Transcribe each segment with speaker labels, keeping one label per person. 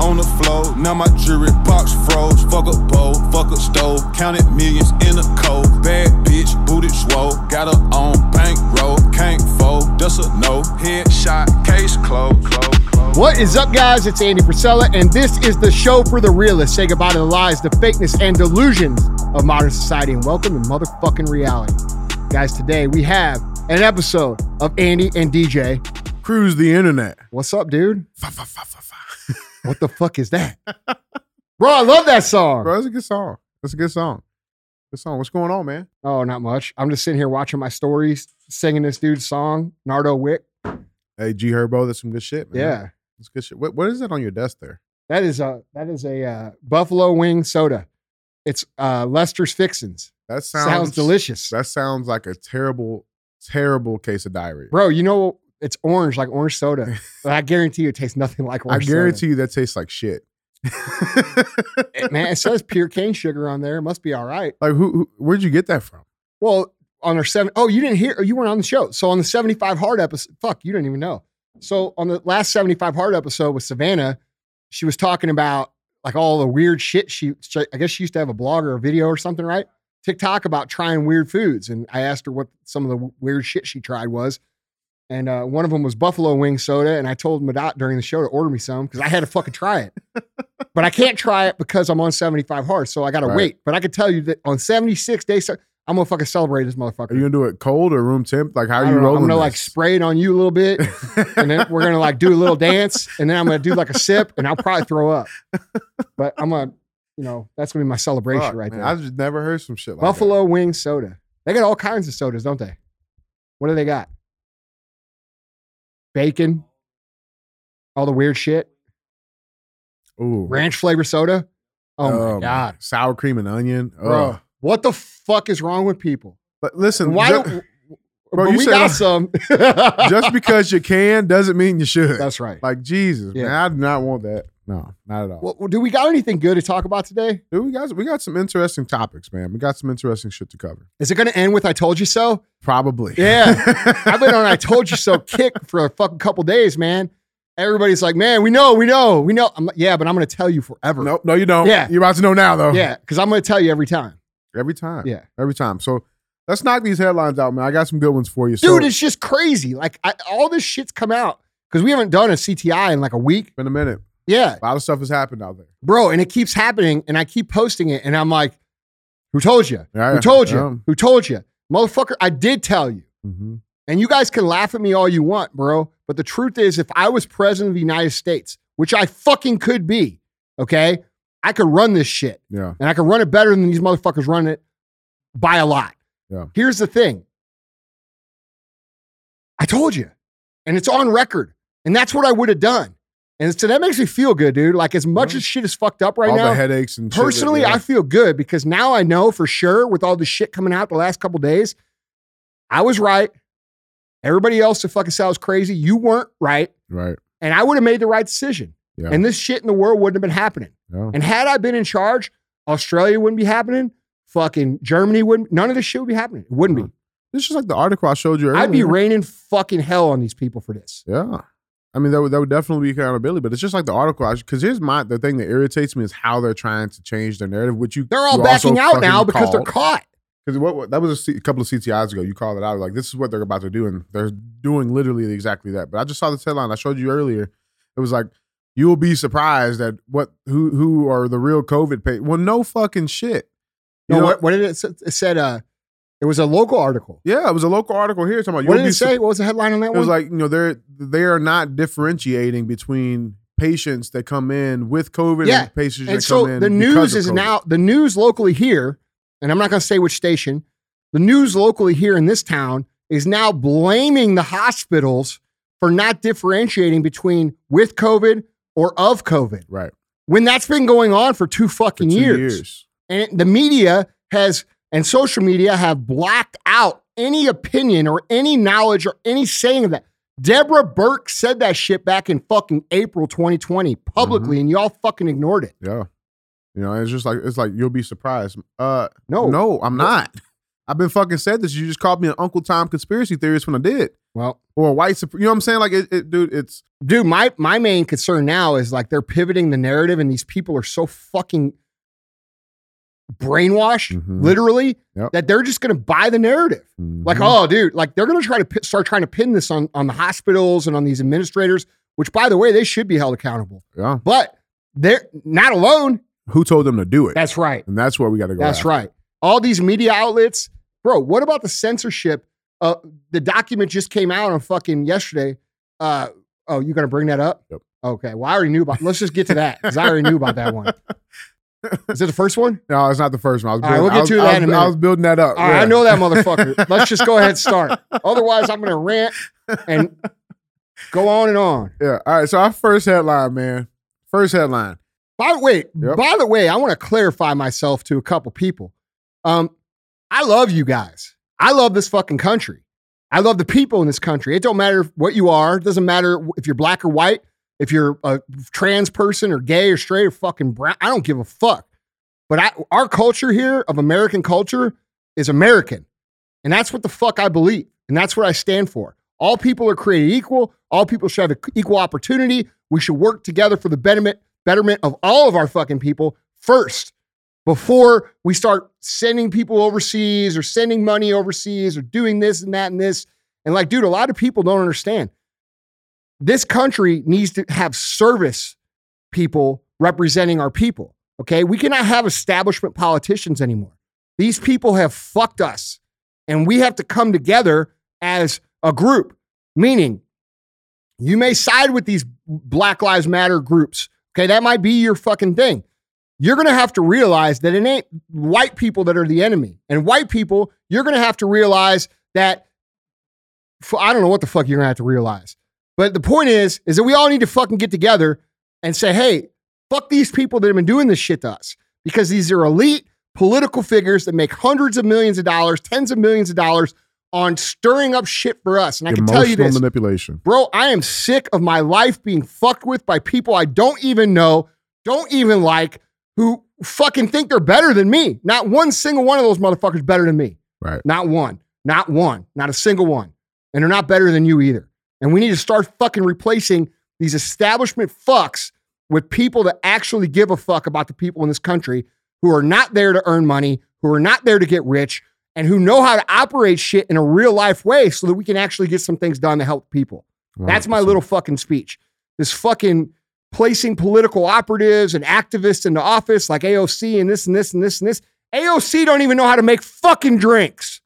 Speaker 1: on the floor. Now my jewelry box froze. Fuck a bowl, fuck a stove. Counted millions in a cold. Bad bitch, booted swole. Got her on bankroll. Can't fold, that's a no. Headshot, case closed. closed, closed.
Speaker 2: What is up, guys? It's Andy Priscilla, and this is the show for the realists. Say goodbye to the lies, the fakeness, and delusions of modern society, and welcome to motherfucking reality. Guys, today we have an episode of Andy and DJ.
Speaker 3: Cruise the internet.
Speaker 2: What's up, dude?
Speaker 3: Fa, fa, fa, fa, fa.
Speaker 2: What the fuck is that? Bro, I love that song.
Speaker 3: Bro, that's a good song. That's a good song. Good song. What's going on, man?
Speaker 2: Oh, not much. I'm just sitting here watching my stories, singing this dude's song, Nardo Wick.
Speaker 3: Hey, G Herbo, that's some good shit, man.
Speaker 2: Yeah.
Speaker 3: That's good shit. What, what is that on your desk there?
Speaker 2: That is a that is a uh, buffalo wing soda. It's uh, Lester's Fixins.
Speaker 3: That sounds,
Speaker 2: Sounds, delicious,
Speaker 3: That sounds like a terrible, terrible case of diarrhea.
Speaker 2: bro. You know it's orange like orange soda. but I guarantee you, it tastes nothing like
Speaker 3: I
Speaker 2: orange.
Speaker 3: guarantee you that tastes like shit.
Speaker 2: soda. man. It says pure cane sugar on there. It must be all right.
Speaker 3: like who, who where'd you get that from?
Speaker 2: Well, on our seven oh, you didn't hear. You weren't on the show. So on the seventy-five hard episode, fuck, you didn't even know. So on the last seventy-five hard episode with Savannah, she was talking about like all the weird shit. She, she- I guess, she used to have a blog or a video or something, right? TikTok about trying weird foods, and I asked her what some of the w- weird shit she tried was. And uh, one of them was buffalo wing soda, and I told Madat during the show to order me some because I had to fucking try it. but I can't try it because I'm on 75 hard, so I got to
Speaker 3: Right.
Speaker 2: wait. But I could tell you that on 76 days, I'm gonna fucking celebrate this motherfucker.
Speaker 3: Are you gonna do it cold or room temp? Like
Speaker 2: I
Speaker 3: how are
Speaker 2: don't
Speaker 3: you
Speaker 2: know, I'm
Speaker 3: rolling?
Speaker 2: gonna like spray it on you a little bit,
Speaker 3: like
Speaker 2: and then we're gonna like do a little dance, and then I'm gonna do like a sip, and I'll probably throw up. But I'm gonna, you know, that's gonna be my celebration right there.
Speaker 3: I just never heard some shit like
Speaker 2: Buffalo wing soda. They got all kinds of sodas, don't they? What do they got? Bacon, all the weird shit,
Speaker 3: that. Ooh.
Speaker 2: ranch flavor soda. Oh my
Speaker 3: Um,
Speaker 2: god,
Speaker 3: Sour cream and onion.
Speaker 2: bro,
Speaker 3: Ugh.
Speaker 2: what the fuck is wrong with people?
Speaker 3: But listen,
Speaker 2: Why?
Speaker 3: ju-
Speaker 2: don't,
Speaker 3: Bro,
Speaker 2: but
Speaker 3: you
Speaker 2: we
Speaker 3: said-
Speaker 2: got some.
Speaker 3: just because you can doesn't mean you should.
Speaker 2: that's right.
Speaker 3: like Jesus,
Speaker 2: Yeah.
Speaker 3: man, I do not want that. No, not at all.
Speaker 2: Well, do we got anything good to talk about today?
Speaker 3: Dude, we got we got some interesting topics, man. We got some interesting shit to cover.
Speaker 2: Is it going to end with "I told you so"?
Speaker 3: Probably.
Speaker 2: Yeah. I've been on "I told you so" kick for a fucking couple days, man. Everybody's like, "Man, we know, we know, we know." I'm like, "Yeah, but I'm going to tell you forever."
Speaker 3: nope. No, you don't.
Speaker 2: Yeah.
Speaker 3: You're about to know now, though.
Speaker 2: Yeah, because I'm going to tell you every time,
Speaker 3: Every time.
Speaker 2: Yeah.
Speaker 3: Every time. So let's knock these headlines out, man. I got some good ones for you.
Speaker 2: dude.
Speaker 3: so,
Speaker 2: it's just crazy. Like I, all this shit's come out because we haven't done a CTI in like a week.
Speaker 3: been a minute.
Speaker 2: Yeah,
Speaker 3: A lot of stuff has happened out there.
Speaker 2: bro, and it keeps happening, and I keep posting it, and I'm like, "Who told you?
Speaker 3: Yeah,
Speaker 2: Who told you?
Speaker 3: yeah.
Speaker 2: Who told you, motherfucker? I did tell you."
Speaker 3: Mhm.
Speaker 2: And you guys can laugh at me all you want, bro. But the truth is, if I was president of the United States, which I fucking could be, okay, I could run this shit
Speaker 3: Yeah.
Speaker 2: and I could run it better than these motherfuckers run it by a lot.
Speaker 3: Yeah.
Speaker 2: Here's the thing I told you, and it's on record, and that's what I would have done. And so that makes me feel good, dude. Like, as much
Speaker 3: Yeah.
Speaker 2: as shit is fucked up right
Speaker 3: all
Speaker 2: now,
Speaker 3: the headaches and shit that-
Speaker 2: personally
Speaker 3: yeah.
Speaker 2: i feel good because now i know for sure with all the shit coming out the last couple days i was right everybody else that fucking sounds crazy you weren't right
Speaker 3: right.
Speaker 2: and i would have made the right decision
Speaker 3: Yeah.
Speaker 2: and this shit in the world wouldn't have been happening
Speaker 3: Yeah.
Speaker 2: and had i been in charge australia wouldn't be happening fucking germany wouldn't none of this shit would be happening it wouldn't be
Speaker 3: It's just like the article I showed you earlier.
Speaker 2: i'd be raining fucking hell on these people for this
Speaker 3: Yeah. I mean, that would, that would definitely be accountability, but it's just like the article. Because here's my the thing that irritates me is how they're trying to change their narrative, which you
Speaker 2: they're all
Speaker 3: you also
Speaker 2: backing out now
Speaker 3: fucking
Speaker 2: because they're
Speaker 3: called.
Speaker 2: caught
Speaker 3: Because what, what- that was a C- couple of CTIs ago. You called it out like this is what they're about to do, and they're doing literally exactly that. But I just saw this headline I showed you earlier. It was like you will be surprised at what who who are the real COVID pay. Well, no fucking shit. You
Speaker 2: no,
Speaker 3: know-
Speaker 2: what, what did it, s- it said uh it was a local article
Speaker 3: yeah, it was a local article here talking about.
Speaker 2: what did
Speaker 3: you'll be
Speaker 2: it
Speaker 3: sur-
Speaker 2: say what was the headline on that
Speaker 3: It
Speaker 2: one
Speaker 3: was like you know they're they are not differentiating between patients that come in with COVID
Speaker 2: Yeah,
Speaker 3: and patients
Speaker 2: and
Speaker 3: that
Speaker 2: so
Speaker 3: come in.
Speaker 2: the
Speaker 3: because
Speaker 2: news
Speaker 3: of
Speaker 2: is
Speaker 3: COVID.
Speaker 2: now the news locally here and i'm not going to say which station the news locally here in this town is now blaming the hospitals for not differentiating between with covid or of covid
Speaker 3: right
Speaker 2: when that's been going on for two
Speaker 3: for
Speaker 2: fucking
Speaker 3: two
Speaker 2: years.
Speaker 3: years.
Speaker 2: and the media has and social media have blocked out any opinion or any knowledge or any saying of that deborah burke said that shit back in fucking april 2020
Speaker 3: Mm-hmm.
Speaker 2: publicly and y'all fucking ignored it Oh.
Speaker 3: Yeah, you know it's just like it's like you'll be surprised. Uh,
Speaker 2: no
Speaker 3: no, I'm not. I've been fucking said this. You just called me an Uncle Tom conspiracy theorist when I did,
Speaker 2: Well,
Speaker 3: or a white. sup- You know what I'm saying? Like, it, it dude, it's
Speaker 2: dude, my my main concern now is like they're pivoting the narrative, and these people are so fucking brainwashed,
Speaker 3: Mhm.
Speaker 2: literally,
Speaker 3: Yep.
Speaker 2: that they're just gonna buy the narrative. Like, oh, dude, like they're gonna try to pi- start trying to pin this on on the hospitals and on these administrators, which, by the way, they should be held accountable.
Speaker 3: yeah.
Speaker 2: But they're not alone.
Speaker 3: Who told them to do it?
Speaker 2: That's right.
Speaker 3: and that's where we got to go.
Speaker 2: That's
Speaker 3: after.
Speaker 2: right. All these media outlets, bro. What about the censorship? Uh, the document just came out on fucking yesterday. Uh, oh, you gonna bring that up?
Speaker 3: Yep.
Speaker 2: Okay. Well, I already knew about. Let's just get to that because I already knew about that one. Is it the first one?
Speaker 3: No, it's not the first one. I was
Speaker 2: All right,
Speaker 3: building,
Speaker 2: we'll get
Speaker 3: I was,
Speaker 2: to
Speaker 3: I
Speaker 2: that in a
Speaker 3: was- I
Speaker 2: minute.
Speaker 3: was building that up.
Speaker 2: All right, I
Speaker 3: Yeah.
Speaker 2: know that motherfucker. Let's just go ahead and start. Otherwise, I'm gonna rant and go on and on.
Speaker 3: Yeah. All right. So our first headline, man. First headline.
Speaker 2: By the way,
Speaker 3: Yep.
Speaker 2: by the way, I want to clarify myself to a couple people. Um, I love you guys. I love this fucking country. I love the people in this country. It don't matter what you are. It doesn't matter if you're black or white, if you're a trans person or gay or straight or fucking brown. I don't give a fuck. But I, our culture here of American culture is American. And that's what the fuck I believe. And that's what I stand for. All people are created equal. All people should have equal opportunity. We should work together for the betterment, betterment of all of our fucking people first before we start sending people overseas or sending money overseas or doing this and that and this. And like, dude, a lot of people don't understand. This country needs to have service people representing our people. Okay. We cannot have establishment politicians anymore. These people have fucked us and we have to come together as a group. Meaning, you may side with these Black Lives Matter groups. Okay, that might be your fucking thing. You're gonna have to realize that it ain't white people that are the enemy, and white people, you're gonna have to realize that. f- I don't know what the fuck you're gonna have to realize, but the point is, is that we all need to fucking get together and say, hey, fuck these people that have been doing this shit to us because these are elite political figures that make hundreds of millions of dollars, tens of millions of dollars on stirring up shit for us. And I can
Speaker 3: Emotional
Speaker 2: tell you this
Speaker 3: manipulation.
Speaker 2: bro, I am sick of my life being fucked with by people I don't even know, don't even like, who fucking think they're better than me. Not one single one of those motherfuckers better than me.
Speaker 3: Right.
Speaker 2: Not one. Not one. Not a single one. And they're not better than you either. And we need to start fucking replacing these establishment fucks with people that actually give a fuck about the people in this country who are not there to earn money, who are not there to get rich, and who know how to operate shit in a real life way so that we can actually get some things done to help people. That's my
Speaker 3: 100%.
Speaker 2: little fucking speech. This fucking placing political operatives and activists into office like AOC and this and this and this and this. AOC don't even know how to make fucking drinks.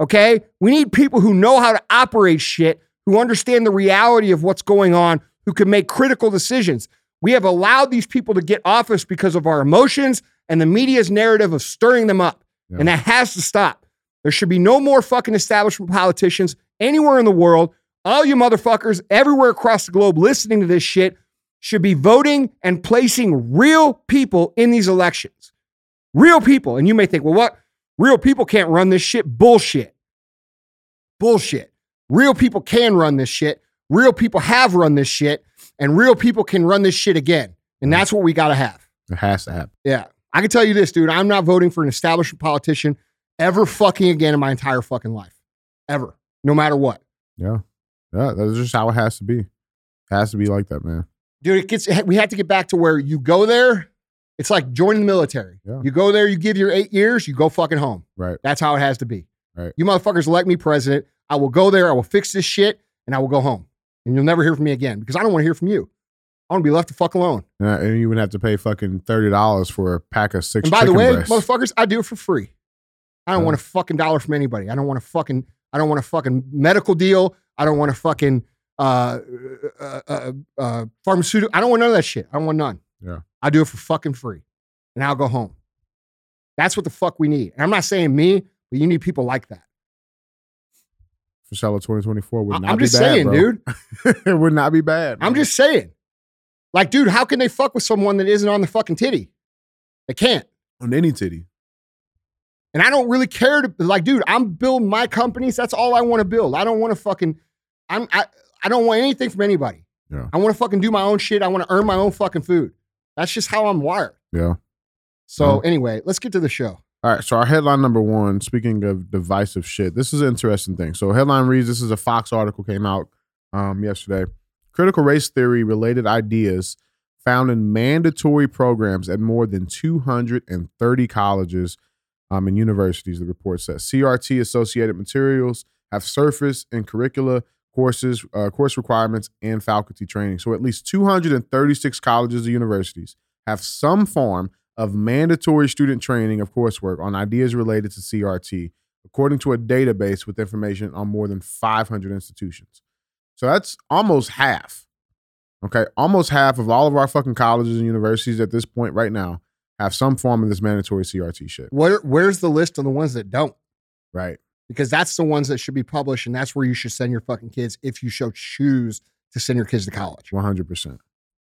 Speaker 2: Okay? We need people who know how to operate shit, who understand the reality of what's going on, who can make critical decisions. We have allowed these people to get office because of our emotions and the media's narrative of stirring them up.
Speaker 3: Yeah.
Speaker 2: And that has to stop. There should be no more fucking establishment politicians anywhere in the world. All you motherfuckers everywhere across the globe listening to this shit should be voting and placing real people in these elections. Real people. And you may think, well, what? Real people can't run this shit. Bullshit. Bullshit. Real people can run this shit. Real people have run this shit. And real people can run this shit again. And that's what we got to have.
Speaker 3: It has to happen.
Speaker 2: Yeah. I can tell you this, dude. I'm not voting for an establishment politician ever fucking again in my entire fucking life. Ever. No matter what.
Speaker 3: Yeah. Yeah. That's just how it has to be. It has to be like that, man.
Speaker 2: dude it gets we have to get back to where you go there it's like joining the military
Speaker 3: Yeah.
Speaker 2: you go there you give your eight years you go fucking home
Speaker 3: Right.
Speaker 2: that's how it has to be
Speaker 3: Right.
Speaker 2: you motherfuckers elect me president i will go there i will fix this shit and i will go home and you'll never hear from me again because i don't want to hear from you i want to be left the fuck alone
Speaker 3: And, I- and you wouldn't have to pay fucking thirty dollars for a pack of six.
Speaker 2: and by the
Speaker 3: chicken
Speaker 2: way
Speaker 3: breasts. Uh.
Speaker 2: motherfuckers i do it for free i don't
Speaker 3: Yeah.
Speaker 2: want a fucking dollar from anybody i don't want a fucking i don't want a fucking medical deal i don't want a fucking uh, uh, uh, uh, pharmaceutical i don't want none of that shit i don't want none
Speaker 3: Yeah.
Speaker 2: i do it for fucking free and i'll go home that's what the fuck we need and i'm not saying me but you need people like that
Speaker 3: for Shallow twenty twenty four would
Speaker 2: I-
Speaker 3: not
Speaker 2: i'm
Speaker 3: be
Speaker 2: just
Speaker 3: bad,
Speaker 2: saying
Speaker 3: bro.
Speaker 2: dude
Speaker 3: it would not be bad.
Speaker 2: i'm
Speaker 3: bro.
Speaker 2: just saying like dude how can they fuck with someone that isn't on the fucking titty they can't
Speaker 3: on any titty.
Speaker 2: And I don't really care to like, dude. I'm building my companies. That's all I want to build. I don't want to fucking. I'm. I. I don't want anything from anybody.
Speaker 3: Yeah.
Speaker 2: I want to fucking do my own shit. I want to earn my own fucking food. That's just how I'm wired.
Speaker 3: Yeah.
Speaker 2: So anyway, let's get to the show.
Speaker 3: All right, so our headline number one, speaking of divisive shit, this is an interesting thing. So headline reads, this is a Fox article came out um, yesterday. Critical race theory related ideas found in mandatory programs at more than 230 colleges um, and universities, the report says. CRT associated materials have surfaced in curricula, courses, uh, course requirements, and faculty training. So at least 236 colleges and universities have some form of mandatory student training of coursework on ideas related to CRT, according to a database with information on more than 500 institutions. So that's almost half. Okay, almost half of all of our fucking colleges and universities at this point right now have some form of this mandatory CRT shit,
Speaker 2: Where where's the list of the ones that don't?
Speaker 3: right?
Speaker 2: Because that's the ones that should be published, and that's where you should send your fucking kids if you so choose to send your kids to college.
Speaker 3: One hundred percent,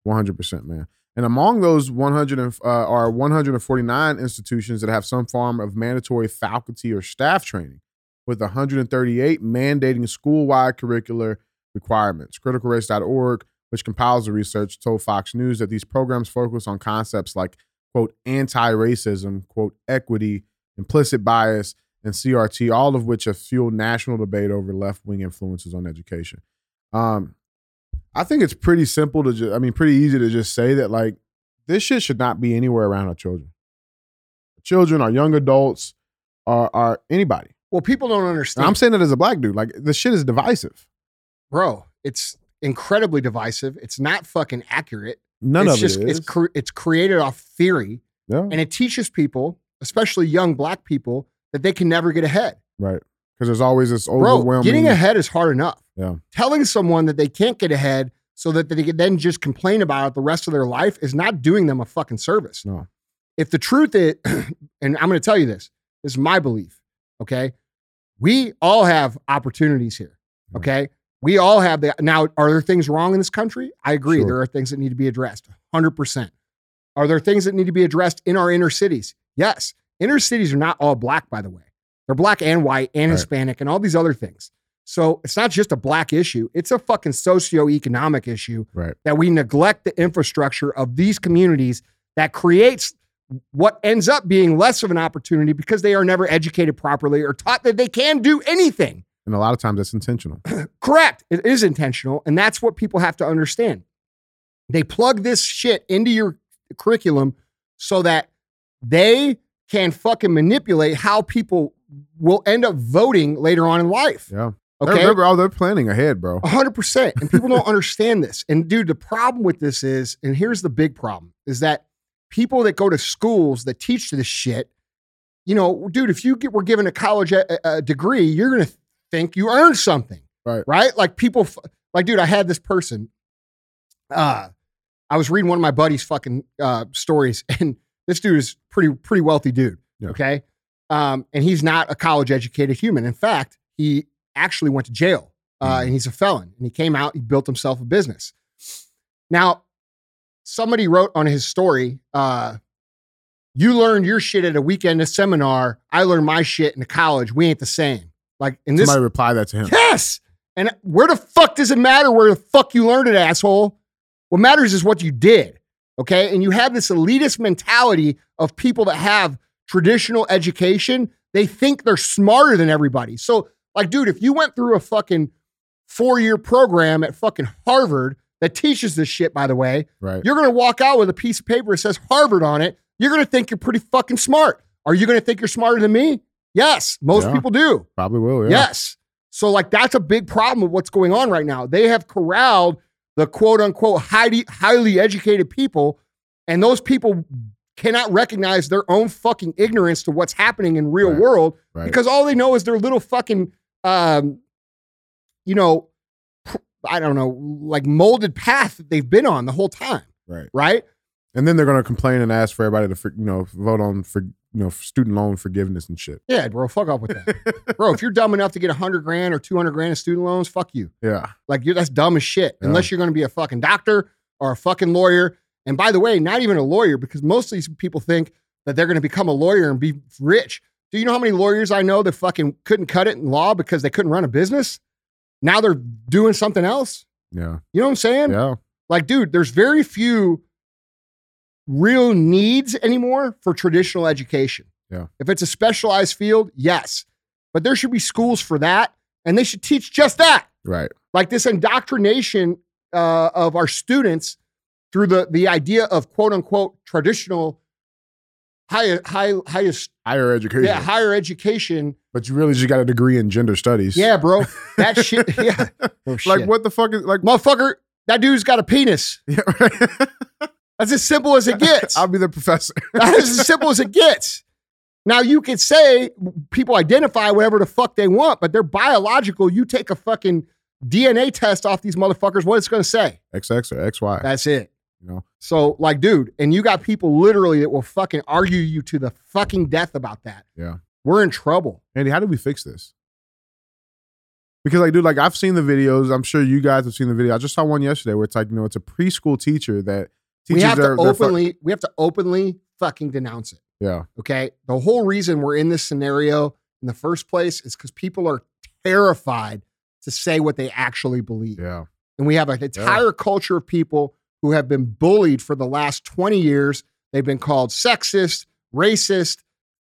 Speaker 3: one hundred percent, man. And among those one hundred and uh, are one hundred and forty nine institutions that have some form of mandatory faculty or staff training, with one hundred and thirty eight mandating school wide curricular requirements. CriticalRace.org, which compiles the research, told Fox News that these programs focus on concepts like quote anti racism, quote equity, implicit bias, and CRT, all of which have fueled national debate over left wing influences on education. Um, I think it's pretty simple to just, I mean, pretty easy to just say that like this shit should not be anywhere around our children. Children, our young adults, are are anybody.
Speaker 2: Well, people don't
Speaker 3: And
Speaker 2: understand.
Speaker 3: I'm saying that as a black dude. Like this shit is divisive.
Speaker 2: bro, it's incredibly divisive. It's not fucking accurate.
Speaker 3: None
Speaker 2: it's
Speaker 3: of
Speaker 2: just
Speaker 3: it is.
Speaker 2: it's cre- it's created off theory,
Speaker 3: yeah,
Speaker 2: and it teaches people, especially young black people, that they can never get ahead.
Speaker 3: right. Because there's always this
Speaker 2: Bro,
Speaker 3: overwhelming.
Speaker 2: getting ahead is hard enough.
Speaker 3: Yeah.
Speaker 2: Telling someone that they can't get ahead so that they can then just complain about it the rest of their life is not doing them a fucking service.
Speaker 3: No.
Speaker 2: If the truth is, and I'm going to tell you this, this is my belief, okay? We all have opportunities here,
Speaker 3: Yeah.
Speaker 2: okay? We all have the, now, are there things wrong in this country? I agree.
Speaker 3: Sure.
Speaker 2: There are things that need to be addressed, 100%. Are there things that need to be addressed in our inner cities? Yes. Inner cities are not all black, by the way. They're black and white and
Speaker 3: Right.
Speaker 2: Hispanic and all these other things. So it's not just a black issue, it's a fucking socioeconomic issue
Speaker 3: Right.
Speaker 2: that we neglect the infrastructure of these communities that creates what ends up being less of an opportunity because they are never educated properly or taught that they can do anything.
Speaker 3: and a lot of times that's intentional.
Speaker 2: Correct. It is intentional. And that's what people have to understand. They plug this shit into your curriculum so that they can fucking manipulate how people will end up voting later on in life.
Speaker 3: Yeah.
Speaker 2: Okay.
Speaker 3: They're, they're, oh, they're planning ahead, bro.
Speaker 2: 100%. And people don't understand this. And dude, the problem with this is, and here's the big problem, is that people that go to schools that teach this shit, you know, dude, if you get, were given a college a, a degree, you're going to think you earned something.
Speaker 3: Right.
Speaker 2: Right? Like people, f- like, dude, I had this person. Uh, I was reading one of my buddy's fucking uh, stories, and this dude is pretty, pretty wealthy dude.
Speaker 3: Yeah.
Speaker 2: Okay. Um, and he's not a college educated human. In fact, he actually went to jail uh,
Speaker 3: Mhm.
Speaker 2: and he's a felon. And he came out, he built himself a business. Now, somebody wrote on his story, uh, you learned your shit at a weekend a seminar. I learned my shit in college. We ain't the same. Like, in this
Speaker 3: Somebody reply that to him.
Speaker 2: Yes. And where the fuck does it matter where the fuck you learned it, asshole? What matters is what you did. Okay. And you have this elitist mentality of people that have traditional education. They think they're smarter than everybody. So, like, dude, if you went through a fucking four year program at fucking Harvard that teaches this shit, by the way,
Speaker 3: Right.
Speaker 2: you're going to walk out with a piece of paper that says Harvard on it. You're going to think you're pretty fucking smart. Are you going to think you're smarter than me? Yes. Most
Speaker 3: Yeah.
Speaker 2: people do.
Speaker 3: Probably will. Yeah.
Speaker 2: Yes. So like that's a big problem with what's going on right now. They have corralled the quote unquote highly highly educated people, and those people cannot recognize their own fucking ignorance to what's happening in real
Speaker 3: Right.
Speaker 2: world
Speaker 3: Right.
Speaker 2: because all they know is their little fucking um, you know, pr- I don't know, like molded path that they've been on the whole time.
Speaker 3: Right.
Speaker 2: Right?
Speaker 3: And then they're gonna complain and ask for everybody to, for, you know, vote on for, you know, student loan forgiveness and shit.
Speaker 2: Yeah, bro, fuck off with that. bro, if you're dumb enough to get a hundred grand or two hundred grand in student loans, fuck you.
Speaker 3: Yeah.
Speaker 2: Like you're, that's dumb as shit.
Speaker 3: Yeah.
Speaker 2: Unless you're going to be a fucking doctor or a fucking lawyer. And by the way, not even a lawyer because most of these people think that they're going to become a lawyer and be rich. Do you know how many lawyers I know that fucking couldn't cut it in law because they couldn't run a business? Now they're doing something else.
Speaker 3: Yeah.
Speaker 2: You know what I'm saying?
Speaker 3: Yeah.
Speaker 2: Like, dude, there's very few real needs anymore for traditional education.
Speaker 3: Yeah.
Speaker 2: If it's a specialized field, yes. But there should be schools for that, and they should teach just that.
Speaker 3: Right.
Speaker 2: Like this indoctrination uh, of our students through the the idea of quote unquote traditional high high highest
Speaker 3: Higher education.
Speaker 2: yeah, higher education.
Speaker 3: But you really just got a degree in gender studies.
Speaker 2: Yeah, bro. That shit yeah. Oh,
Speaker 3: Like
Speaker 2: shit.
Speaker 3: what the fuck is like?
Speaker 2: motherfucker, that dude's got a penis.
Speaker 3: Yeah, right.
Speaker 2: That's as simple as it gets.
Speaker 3: I'll be the professor.
Speaker 2: That is as simple as it gets. Now you can say people identify whatever the fuck they want, but they're biological. You take a fucking DNA test off these motherfuckers, what it's gonna say.
Speaker 3: XX or XY.
Speaker 2: That's it.
Speaker 3: you know.
Speaker 2: So, like, dude, and you got people literally that will fucking argue you to the fucking death about that.
Speaker 3: Yeah.
Speaker 2: We're in trouble.
Speaker 3: Andy, how do we fix this? Because like, dude, like I've seen the videos. I'm sure you guys have seen the video. I just saw one yesterday where it's like, you know, it's a preschool teacher that teaches
Speaker 2: we have
Speaker 3: their,
Speaker 2: to
Speaker 3: their fu-
Speaker 2: openly we have to openly fucking denounce it.
Speaker 3: yeah,
Speaker 2: Okay. The whole reason we're in this scenario in the first place is because people are terrified to say what they actually believe.
Speaker 3: yeah,
Speaker 2: And we have an entire culture of people who have been bullied for the last 20 years. They've been called sexist, racist,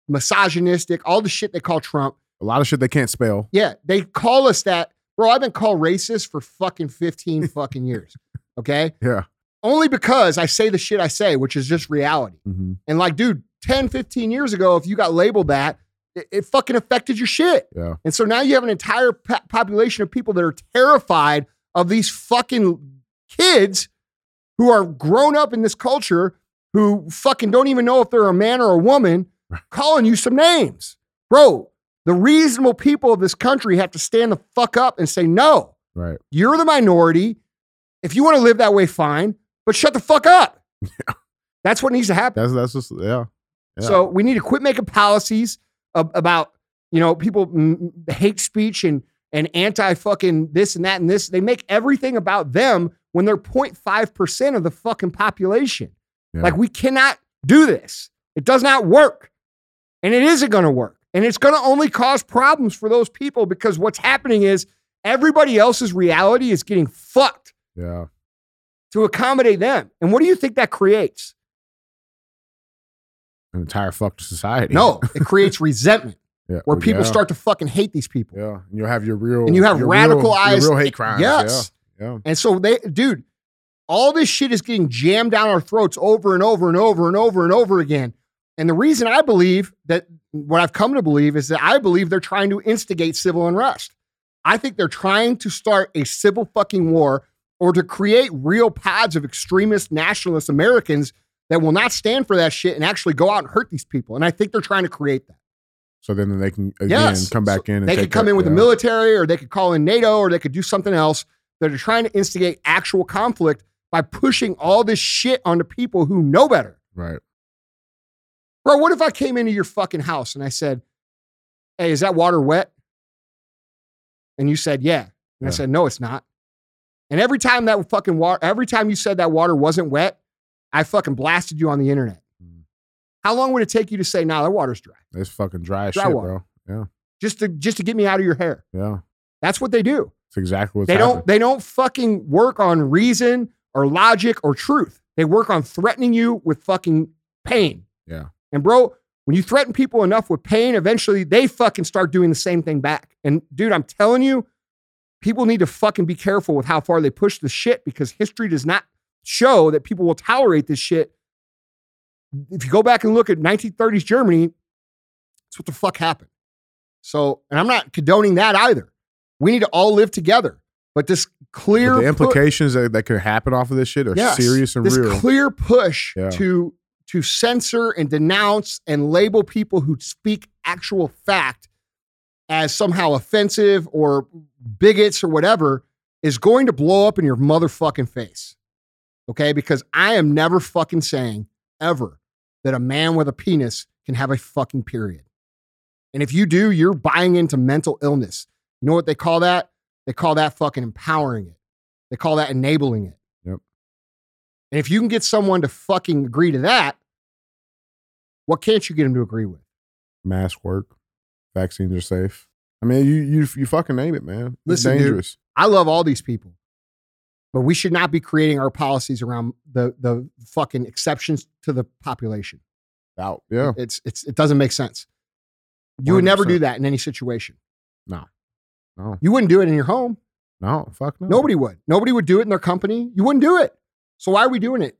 Speaker 2: misogynistic, all the shit they call Trump.
Speaker 3: a lot of shit they can't spell.
Speaker 2: Yeah, they call us that. Bro, I've been called racist for fucking 15 fucking years. Okay.
Speaker 3: Yeah.
Speaker 2: Only because I say the shit I say, which is just reality.
Speaker 3: Mm-hmm.
Speaker 2: And like, dude, 10, 15 years ago, if you got labeled that, it, it fucking affected your shit.
Speaker 3: Yeah.
Speaker 2: And so now you have an entire po- population of people that are terrified of these fucking kids who are grown up in this culture who fucking don't even know if they're a man or a woman calling you some names. Bro, the reasonable people of this country have to stand the fuck up and say, no,
Speaker 3: Right.
Speaker 2: you're the minority. If you want to live that way, fine, but shut the fuck up. That's what needs to happen.
Speaker 3: That's that's just yeah. Yeah.
Speaker 2: So we need to quit making policies ab- about you know people mm, hate speech and and anti fucking this and that and this. They make everything about them when they're 0.5 percent of the fucking population.
Speaker 3: Yeah.
Speaker 2: Like we cannot do this. It does not work, and it isn't going to work, and it's going to only cause problems for those people because what's happening is everybody else's reality is getting fucked
Speaker 3: Yeah.
Speaker 2: to accommodate them. And what do you think that creates?
Speaker 3: An entire fucked society.
Speaker 2: No, it creates resentment.
Speaker 3: Yeah.
Speaker 2: where people
Speaker 3: yeah.
Speaker 2: start to fucking hate these people.
Speaker 3: Yeah. And you'll have your real
Speaker 2: And you have
Speaker 3: your
Speaker 2: radicalized-
Speaker 3: real, your real hate crimes.
Speaker 2: Yes.
Speaker 3: Yeah.
Speaker 2: And so they, dude, all this shit is getting jammed down our throats over and over and over and over and over again. And the reason I believe that what I've come to believe is that I believe they're trying to instigate civil unrest. I think they're trying to start a civil fucking war or to create real pods of extremist nationalist Americans that will not stand for that shit and actually go out and hurt these people. And I think they're trying to create that.
Speaker 3: So then they can again
Speaker 2: Yes.
Speaker 3: come back in. And
Speaker 2: they could
Speaker 3: take
Speaker 2: come
Speaker 3: that-
Speaker 2: in with
Speaker 3: yeah.
Speaker 2: the military or they could call in NATO or they could do something else. They're trying to instigate actual conflict by pushing all this shit onto people who know better.
Speaker 3: Right.
Speaker 2: Bro, what if I came into your fucking house and I said, Hey, is that water wet? And you said, Yeah. And I
Speaker 3: Yeah.
Speaker 2: said, No, it's not. And every time that fucking water, every time you said that water wasn't wet, I fucking blasted you on the internet.
Speaker 3: Mm.
Speaker 2: How long would it take you to say, nah, that water's dry?
Speaker 3: It's fucking dry as
Speaker 2: Dry
Speaker 3: shit,
Speaker 2: water.
Speaker 3: bro.
Speaker 2: Just to just to get me out of your hair.
Speaker 3: Yeah.
Speaker 2: That's what they do.
Speaker 3: It's exactly what's
Speaker 2: they
Speaker 3: happening.
Speaker 2: don't they don't fucking work on reason or logic or truth. They work on threatening you with fucking pain.
Speaker 3: Yeah.
Speaker 2: And bro, when you threaten people enough with pain, eventually they fucking start doing the same thing back. And dude, I'm telling you, people need to fucking be careful with how far they push the shit because history does not show that people will tolerate this shit. If you go back and look at 1930s Germany, that's what the fuck happened. So, and I'm not condoning that either. We need to all live together. But this clear
Speaker 3: But the
Speaker 2: pu-
Speaker 3: implications that, that could happen off of this shit are
Speaker 2: Yes.
Speaker 3: serious and
Speaker 2: this
Speaker 3: real.
Speaker 2: clear push
Speaker 3: Yeah.
Speaker 2: to to censor and denounce and label people who speak actual fact as somehow offensive or bigots or whatever is going to blow up in your motherfucking face. Okay? Because I am never fucking saying ever that a man with a penis can have a fucking period. And if you do, you're buying into mental illness. You know what they call that? They call that fucking empowering it. They call that enabling it.
Speaker 3: Yep.
Speaker 2: And if you can get someone to fucking agree to that, what can't you get them to agree with?
Speaker 3: Mask work. Vaccines are safe. I mean, you you you fucking name it, man. It's
Speaker 2: Listen, dude.
Speaker 3: dangerous.
Speaker 2: I love all these people, but we should not be creating our policies around the the fucking exceptions to the population.
Speaker 3: out. Yeah.
Speaker 2: It's it's it doesn't make sense. You would never
Speaker 3: 100%.
Speaker 2: do that in any situation.
Speaker 3: No. No.
Speaker 2: You wouldn't do it in your home.
Speaker 3: No. Fuck no.
Speaker 2: Nobody would. Nobody would do it in their company. You wouldn't do it. So why are we doing it?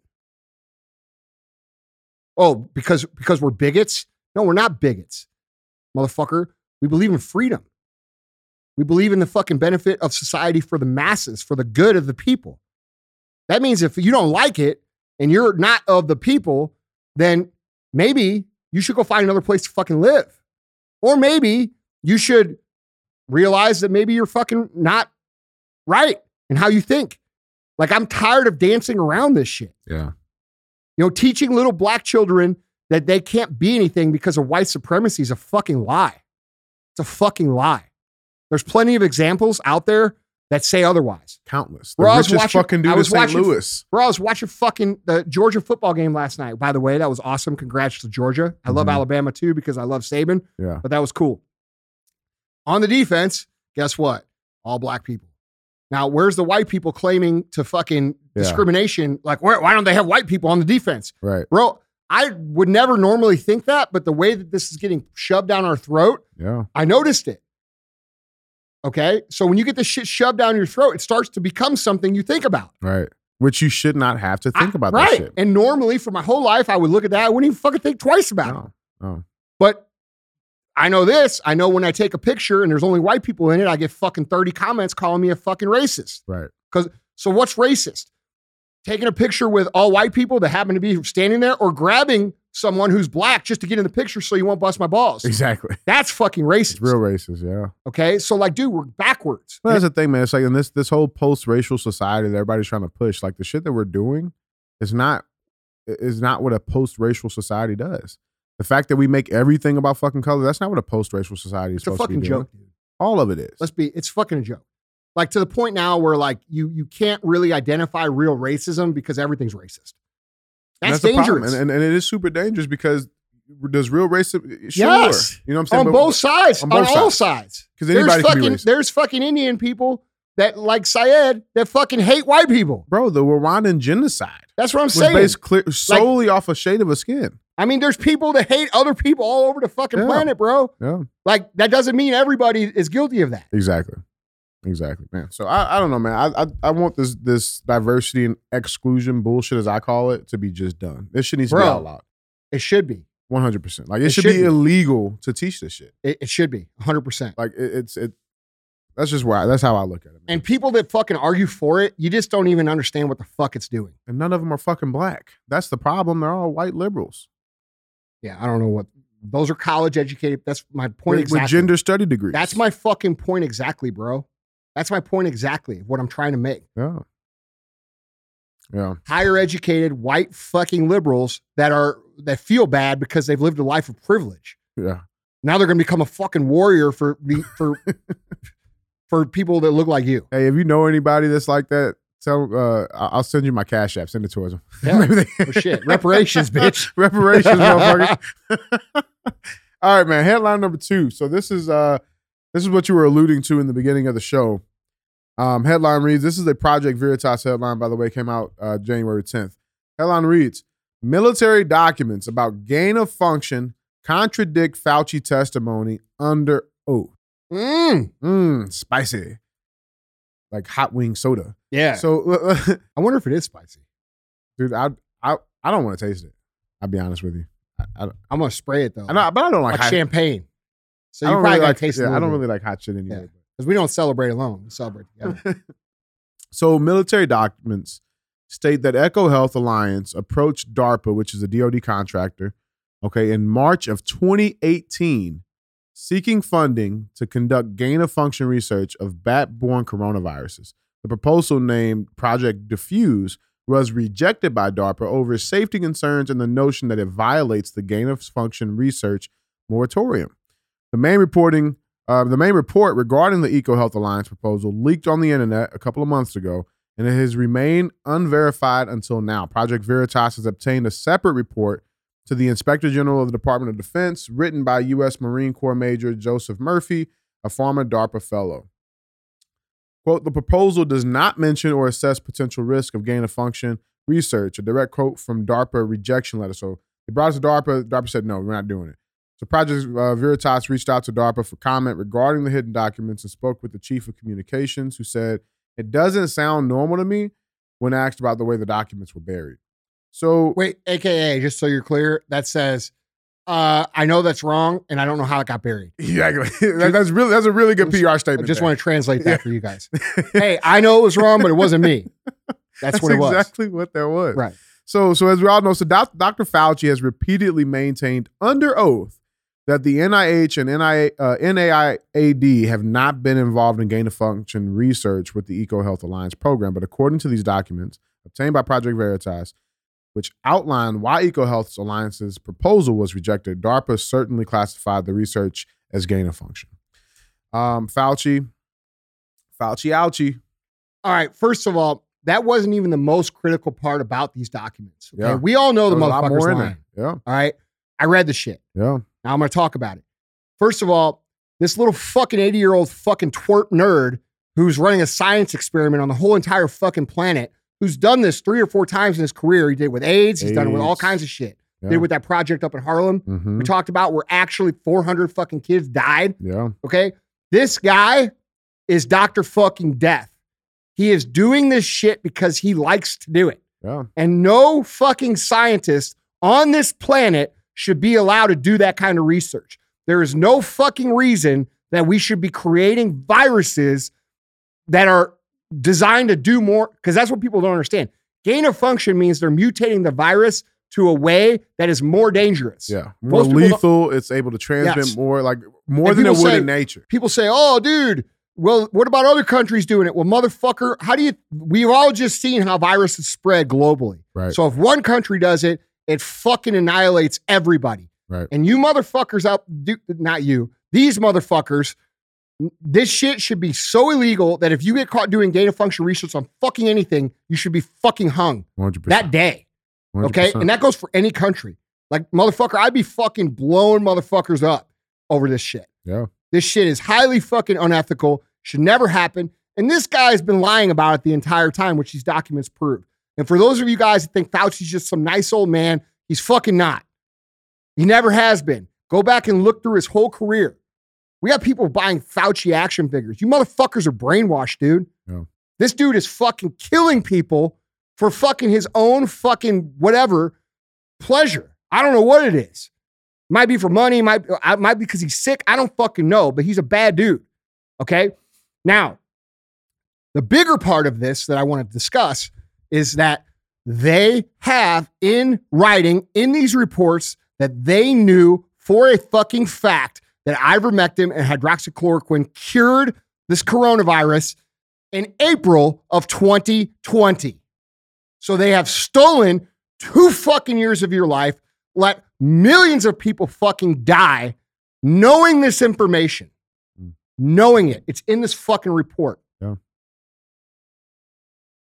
Speaker 2: Oh, because because we're bigots? No, we're not bigots. Motherfucker, we believe in freedom. We believe in the fucking benefit of society for the masses, for the good of the people. That means if you don't like it and you're not of the people, then maybe you should go find another place to fucking live. Or maybe you should realize that maybe you're fucking not right and how you think. Like I'm tired of dancing around this shit.
Speaker 3: Yeah.
Speaker 2: You know, teaching little black children that they can't be anything because of white supremacy is a fucking lie. It's a fucking lie. There's plenty of examples out there that say otherwise.
Speaker 3: Countless. The
Speaker 2: Bro, I was
Speaker 3: richest
Speaker 2: watching-
Speaker 3: fucking
Speaker 2: I
Speaker 3: dude in
Speaker 2: was
Speaker 3: St.
Speaker 2: watching-
Speaker 3: Louis.
Speaker 2: Bro, I was watching fucking the Georgia football game last night. By the way, that was awesome. Congrats to Georgia. I love
Speaker 3: Mhm.
Speaker 2: Alabama too because I love Saban,
Speaker 3: Yeah.
Speaker 2: but that was cool. On the defense, guess what? All black people. Now, where's the white people claiming to fucking
Speaker 3: Yeah.
Speaker 2: discrimination? Like, where, why don't they have white people on the defense?
Speaker 3: Right.
Speaker 2: Bro, I would never normally think that, but the way that this is getting shoved down our throat,
Speaker 3: Yeah.
Speaker 2: I noticed it. Okay. So when you get this shit shoved down your throat, it starts to become something you think about.
Speaker 3: Right. Which you should not have to
Speaker 2: I-
Speaker 3: think about
Speaker 2: right.
Speaker 3: that shit.
Speaker 2: And normally for my whole life, I would look at that. I wouldn't even fucking think twice about it.
Speaker 3: No. No.
Speaker 2: But I know this. I know when I take a picture and there's only white people in it, I get fucking 30 comments calling me a fucking racist.
Speaker 3: Right.
Speaker 2: So what's racist? Taking a picture with all white people that happen to be standing there or grabbing someone who's black just to get in the picture so you won't bust my balls.
Speaker 3: Exactly.
Speaker 2: That's fucking
Speaker 3: It's
Speaker 2: racist.
Speaker 3: real racist. Yeah.
Speaker 2: Okay. So like, dude, we're backwards.
Speaker 3: Well, that's the thing, man. It's like in this this whole post racial society that everybody's trying to push, like the shit that we're doing is not is not what a post racial society does. The fact that we make everything about fucking color, that's not what a post racial society is
Speaker 2: it's a
Speaker 3: supposed to
Speaker 2: fucking
Speaker 3: be doing.
Speaker 2: joke, dude.
Speaker 3: All of it is.
Speaker 2: Let's be it's fucking a joke. Like to the point now where like you you can't really identify real racism because everything's racist.
Speaker 3: And
Speaker 2: That's,
Speaker 3: the problem.
Speaker 2: dangerous.
Speaker 3: And, and, and it is super dangerous because does real racism sure.
Speaker 2: Yes.
Speaker 3: You know what I'm saying?
Speaker 2: on
Speaker 3: But-
Speaker 2: both sides,
Speaker 3: on
Speaker 2: on,
Speaker 3: both
Speaker 2: all
Speaker 3: sides.
Speaker 2: sides.
Speaker 3: Because
Speaker 2: There's
Speaker 3: anybody can be
Speaker 2: fucking
Speaker 3: racist.
Speaker 2: there's fucking Indian people that like Syed that fucking hate white people.
Speaker 3: Bro, the Rwandan genocide
Speaker 2: That's what I'm
Speaker 3: was
Speaker 2: saying.
Speaker 3: based clear, solely off a shade of a skin.
Speaker 2: I mean, there's people that hate other people all over the fucking
Speaker 3: Yeah.
Speaker 2: planet, bro.
Speaker 3: Yeah.
Speaker 2: Like that doesn't mean everybody is guilty of that.
Speaker 3: Exactly. Exactly, man. So I, I don't know, man. I, I I want this this diversity and exclusion bullshit, as I call it, to be just done. This shit needs to
Speaker 2: Bro.
Speaker 3: be out loud,
Speaker 2: It should be.
Speaker 3: one hundred percent. Like it,
Speaker 2: It
Speaker 3: should,
Speaker 2: should
Speaker 3: be
Speaker 2: be.
Speaker 3: illegal to teach this shit.
Speaker 2: It, it should be 100%.
Speaker 3: Like it, it's it. That's just why. That's how I look at it. man.
Speaker 2: And people that fucking argue for it, you just don't even understand what the fuck it's doing.
Speaker 3: and none of them are fucking black. That's the problem. They're all white liberals
Speaker 2: Yeah, I don't know what those are college educated. That's my point
Speaker 3: with,
Speaker 2: exactly.
Speaker 3: with gender study degrees.
Speaker 2: That's my fucking point exactly, bro. That's my point exactly. What I'm trying to make.
Speaker 3: yeah. Yeah,
Speaker 2: higher educated white fucking liberals that are that feel bad because they've lived a life of privilege.
Speaker 3: yeah,
Speaker 2: Now they're going to become a fucking warrior for the for for people that look like you.
Speaker 3: Hey, if you know anybody that's like that, tell uh, I- I'll send you my cash app. Send it to us.
Speaker 2: Yeah.
Speaker 3: Maybe they-
Speaker 2: Oh, shit. Reparations, bitch.
Speaker 3: Reparations, motherfucker. All right, man. Headline number two. So this is uh this is what you were alluding to in the beginning of the show. Um, headline reads: This is a Project Veritas headline, by the way, came out uh, January 10th. Headline reads: Military documents about gain of function contradict Fauci testimony under oath.
Speaker 2: Mm.
Speaker 3: Mmm, spicy, like hot wing soda.
Speaker 2: Yeah. So
Speaker 3: So,
Speaker 2: I wonder if it is spicy.
Speaker 3: dude, I I I don't want to taste it. I'll be honest with you. I, I,
Speaker 2: I'm going to spray it though.
Speaker 3: I know, but I don't like,
Speaker 2: like
Speaker 3: hot.
Speaker 2: champagne. So
Speaker 3: I
Speaker 2: you
Speaker 3: don't
Speaker 2: probably
Speaker 3: really
Speaker 2: got
Speaker 3: like
Speaker 2: to taste it.
Speaker 3: yeah, I don't really like hot shit anyway.
Speaker 2: Yeah. because we don't celebrate alone. We celebrate together.
Speaker 3: So military documents state that Echo Health Alliance approached DARPA, which is a DoD contractor, okay, in March of 2018, seeking funding to conduct gain of function research of bat-borne coronaviruses. The proposal named Project Diffuse was rejected by DARPA over safety concerns and the notion that it violates the gain of function research moratorium. The main reporting uh, the main report regarding the EcoHealth Alliance proposal leaked on the internet a couple of months ago, and it has remained unverified until now. Project Veritas has obtained a separate report to the Inspector General of the Department of Defense, written by U.S. Marine Corps Major Joseph Murphy, a former DARPA fellow. Quote, the proposal does not mention or assess potential risk of gain of function research, a direct quote from DARPA rejection letter. So They brought it to DARPA. DARPA said, no, we're not doing it. So Project uh, Veritas reached out to DARPA for comment regarding the hidden documents and spoke with the chief of communications, who said, it doesn't sound normal to me when asked about the way the documents were buried. So
Speaker 2: Wait, AKA, just so you're clear, that says, uh, I know that's wrong and I don't know how it got buried.
Speaker 3: exactly. That- that's really that's a really good PR
Speaker 2: I
Speaker 3: statement.
Speaker 2: just
Speaker 3: there.
Speaker 2: want to translate that for you guys. hey, I know it was wrong, but it wasn't me. That's, what it was.
Speaker 3: exactly what that was.
Speaker 2: Right.
Speaker 3: So, so as we all know, so doc, Dr. Fauci has repeatedly maintained under oath that the NIH and NIA, uh, NAIAD have not been involved in gain of function research with the EcoHealth Alliance program. But according to these documents obtained by Project Veritas, which outlined why EcoHealth Alliance's proposal was rejected, DARPA certainly classified the research as gain of function. Um, Fauci, Fauci, ouchie.
Speaker 2: All right. First of all, that wasn't even the most critical part about these documents. Okay?
Speaker 3: Yeah.
Speaker 2: We all know the
Speaker 3: There's a lot
Speaker 2: motherfuckers
Speaker 3: more in
Speaker 2: lying.
Speaker 3: there.
Speaker 2: All right. I read the shit.
Speaker 3: Yeah, yeah.
Speaker 2: Now I'm going to talk about it. First of all, this little fucking 80 year old fucking twerp nerd who's running a science experiment on the whole entire fucking planet, who's done this three or four times in his career. He did it with AIDS. He's done it with all
Speaker 3: AIDS.
Speaker 2: kinds of shit.
Speaker 3: yeah.
Speaker 2: Did it with that project up in Harlem.
Speaker 3: Mhm.
Speaker 2: We talked about where actually 400 fucking kids died.
Speaker 3: Yeah.
Speaker 2: Okay. This guy is Dr. fucking death. He is doing this shit because he likes to do it.
Speaker 3: Yeah.
Speaker 2: And no fucking scientist on this planet should be allowed to do that kind of research. There is no fucking reason that we should be creating viruses that are designed to do more, because that's what people don't understand. Gain of function means they're mutating the virus to a way that is more dangerous.
Speaker 3: Yeah. More
Speaker 2: people don't-
Speaker 3: lethal. It's able to transmit
Speaker 2: Yes.
Speaker 3: more, like more
Speaker 2: And
Speaker 3: than it would
Speaker 2: people say-
Speaker 3: in nature.
Speaker 2: people say, "Oh, dude, well, what about other countries doing it?" Well, motherfucker, how do you? We've all just seen how viruses spread globally.
Speaker 3: Right.
Speaker 2: So if one country does it, it fucking annihilates everybody.
Speaker 3: Right.
Speaker 2: And you motherfuckers out, do, not you, these motherfuckers. This shit should be so illegal that if you get caught doing gain of function research on fucking anything, you should be fucking hung
Speaker 3: 100%.
Speaker 2: that day. Okay. And that goes for any country. Like, motherfucker, I'd be fucking blowing motherfuckers up over this shit.
Speaker 3: Yeah.
Speaker 2: This shit is highly fucking unethical, should never happen. And this guy's been lying about it the entire time, which these documents prove. And for those of you guys that think Fauci's just some nice old man, he's fucking not. He never has been. Go back and look through his whole career. We got people buying Fauci action figures. You motherfuckers are brainwashed, dude.
Speaker 3: Yeah.
Speaker 2: This dude is fucking killing people for fucking his own fucking whatever pleasure. I don't know what it is. Might be for money, might I might be because he's sick. I don't fucking know, but he's a bad dude. Okay? Now, the bigger part of this that I want to discuss is that they have in writing in these reports that they knew for a fucking fact that ivermectin and hydroxychloroquine cured this coronavirus in April of 2020. So they have stolen two fucking years of your life, let millions of people fucking die knowing this information,
Speaker 3: Mm.
Speaker 2: knowing it. It's in this fucking report.
Speaker 3: Yeah.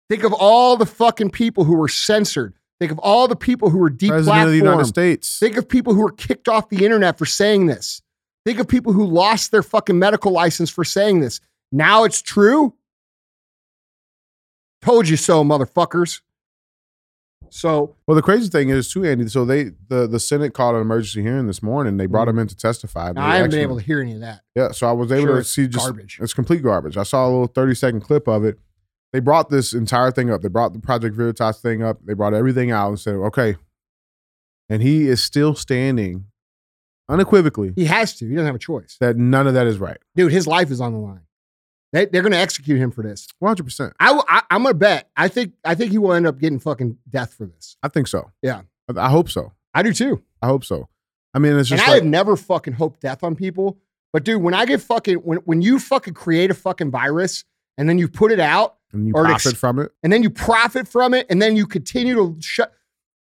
Speaker 2: Think of all the fucking people who were censored. Think of all the people who were
Speaker 3: President of the United
Speaker 2: deplatformed.
Speaker 3: States.
Speaker 2: Think of people who were kicked off the internet for saying this. Think of people who lost their fucking medical license for saying this. Now it's true. Told you so, motherfuckers. So
Speaker 3: well, the crazy thing is too, Andy. So they the, the Senate called an emergency hearing this morning. They brought him in to testify.
Speaker 2: now Mm-hmm. I haven't been able to hear any of that.
Speaker 3: Yeah. So I was able
Speaker 2: Sure,
Speaker 3: to see just
Speaker 2: garbage.
Speaker 3: it's complete garbage. I saw a little thirty second clip of it. They brought this entire thing up. They brought the Project Veritas thing up. They brought everything out and said, okay. And he is still standing unequivocally
Speaker 2: He has to. He doesn't have a choice.
Speaker 3: that none of that is right.
Speaker 2: Dude, his life is on the line. They, they're going to execute him for this.
Speaker 3: 100%.
Speaker 2: I, will- I, I'm going to bet. I think, I think he will end up getting fucking death for this.
Speaker 3: I think so.
Speaker 2: Yeah.
Speaker 3: I, I hope so.
Speaker 2: I do too.
Speaker 3: I hope so. I mean, it's just
Speaker 2: and I
Speaker 3: like,
Speaker 2: have never fucking hoped death on people. But dude, when I get fucking when when you fucking create a fucking virus and then you put it out
Speaker 3: and you
Speaker 2: or an
Speaker 3: profit
Speaker 2: ex-
Speaker 3: from it.
Speaker 2: and then you profit from it and then you continue to shut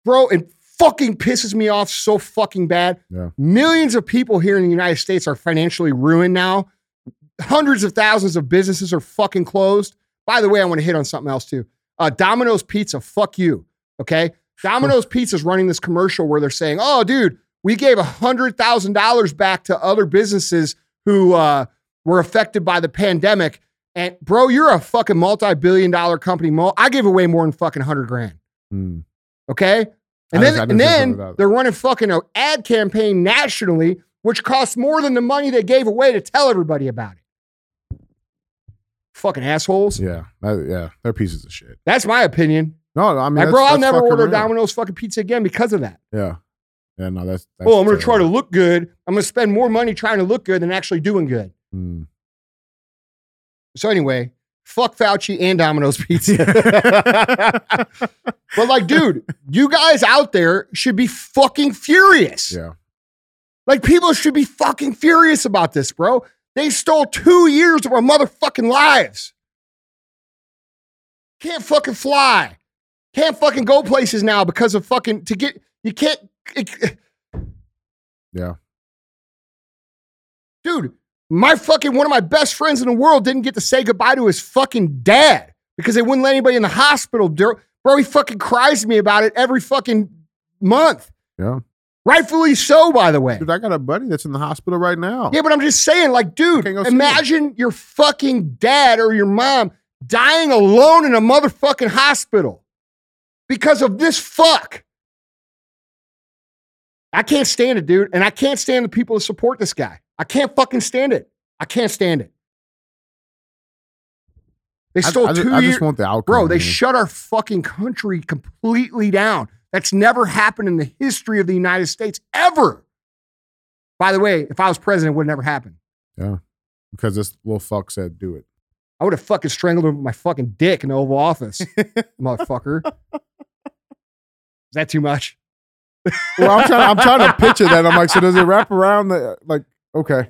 Speaker 2: bro, it fucking pisses me off so fucking bad.
Speaker 3: Yeah.
Speaker 2: Millions of people here in the United States are financially ruined now. Hundreds of thousands of businesses are fucking closed. By the way, I want to hit on something else too. Uh, Domino's Pizza, fuck you. Okay. Domino's Pizza is running this commercial where they're saying, oh, dude, we gave $100,000 back to other businesses who uh, were affected by the pandemic. And bro, you're a fucking multi billion dollar company. Mul- I give away more than fucking 100 grand.
Speaker 3: Mm.
Speaker 2: Okay. And
Speaker 3: I
Speaker 2: then,
Speaker 3: just- I
Speaker 2: and
Speaker 3: just remembered
Speaker 2: then
Speaker 3: that.
Speaker 2: they're running fucking an ad campaign nationally, which costs more than the money they gave away to tell everybody about it. Fucking assholes.
Speaker 3: Yeah, that- yeah, they're pieces of shit.
Speaker 2: That's my opinion.
Speaker 3: No, I
Speaker 2: like,
Speaker 3: mean, that's-
Speaker 2: bro, I'll
Speaker 3: that's
Speaker 2: never
Speaker 3: fucking
Speaker 2: order
Speaker 3: real.
Speaker 2: Domino's fucking pizza again because of that.
Speaker 3: Yeah, yeah, no, that's. that's
Speaker 2: oh, I'm going to try to
Speaker 3: terrible.
Speaker 2: look good. I'm going to spend more money trying to look good than actually doing good.
Speaker 3: Mm.
Speaker 2: So anyway, fuck Fauci and Domino's Pizza. but like, dude, you guys out there should be fucking furious.
Speaker 3: yeah,
Speaker 2: Like people should be fucking furious about this, bro. They stole two years of our motherfucking lives. Can't fucking fly. Can't fucking go places now because of fucking to get you can't it-
Speaker 3: Yeah.
Speaker 2: Dude, my fucking one of my best friends in the world didn't get to say goodbye to his fucking dad because they wouldn't let anybody in the hospital. dur- Bro, he fucking cries to me about it every fucking month.
Speaker 3: yeah.
Speaker 2: Rightfully so, by the way.
Speaker 3: Dude, I got a buddy that's in the hospital right now.
Speaker 2: Yeah, but I'm just saying, like, dude,
Speaker 3: Can't go see him.
Speaker 2: imagine your fucking dad or your mom dying alone in a motherfucking hospital because of this fuck. I can't stand it, dude. And I can't stand the people that support this guy. I can't fucking stand it. I can't stand it. They
Speaker 3: I-
Speaker 2: stole
Speaker 3: I, ju-
Speaker 2: two
Speaker 3: I
Speaker 2: years.
Speaker 3: just want the outcome,
Speaker 2: Bro, they
Speaker 3: man.
Speaker 2: shut our fucking country completely down. That's never happened in the history of the United States ever. By the way, if I was president, it would have never happened.
Speaker 3: because this little fuck said do it.
Speaker 2: I would have fucking strangled him with my fucking dick in the Oval Office, motherfucker. Is that too much?
Speaker 3: Well, I'm trying. I'm trying to picture that. I'm like, so does it wrap around the like? Okay,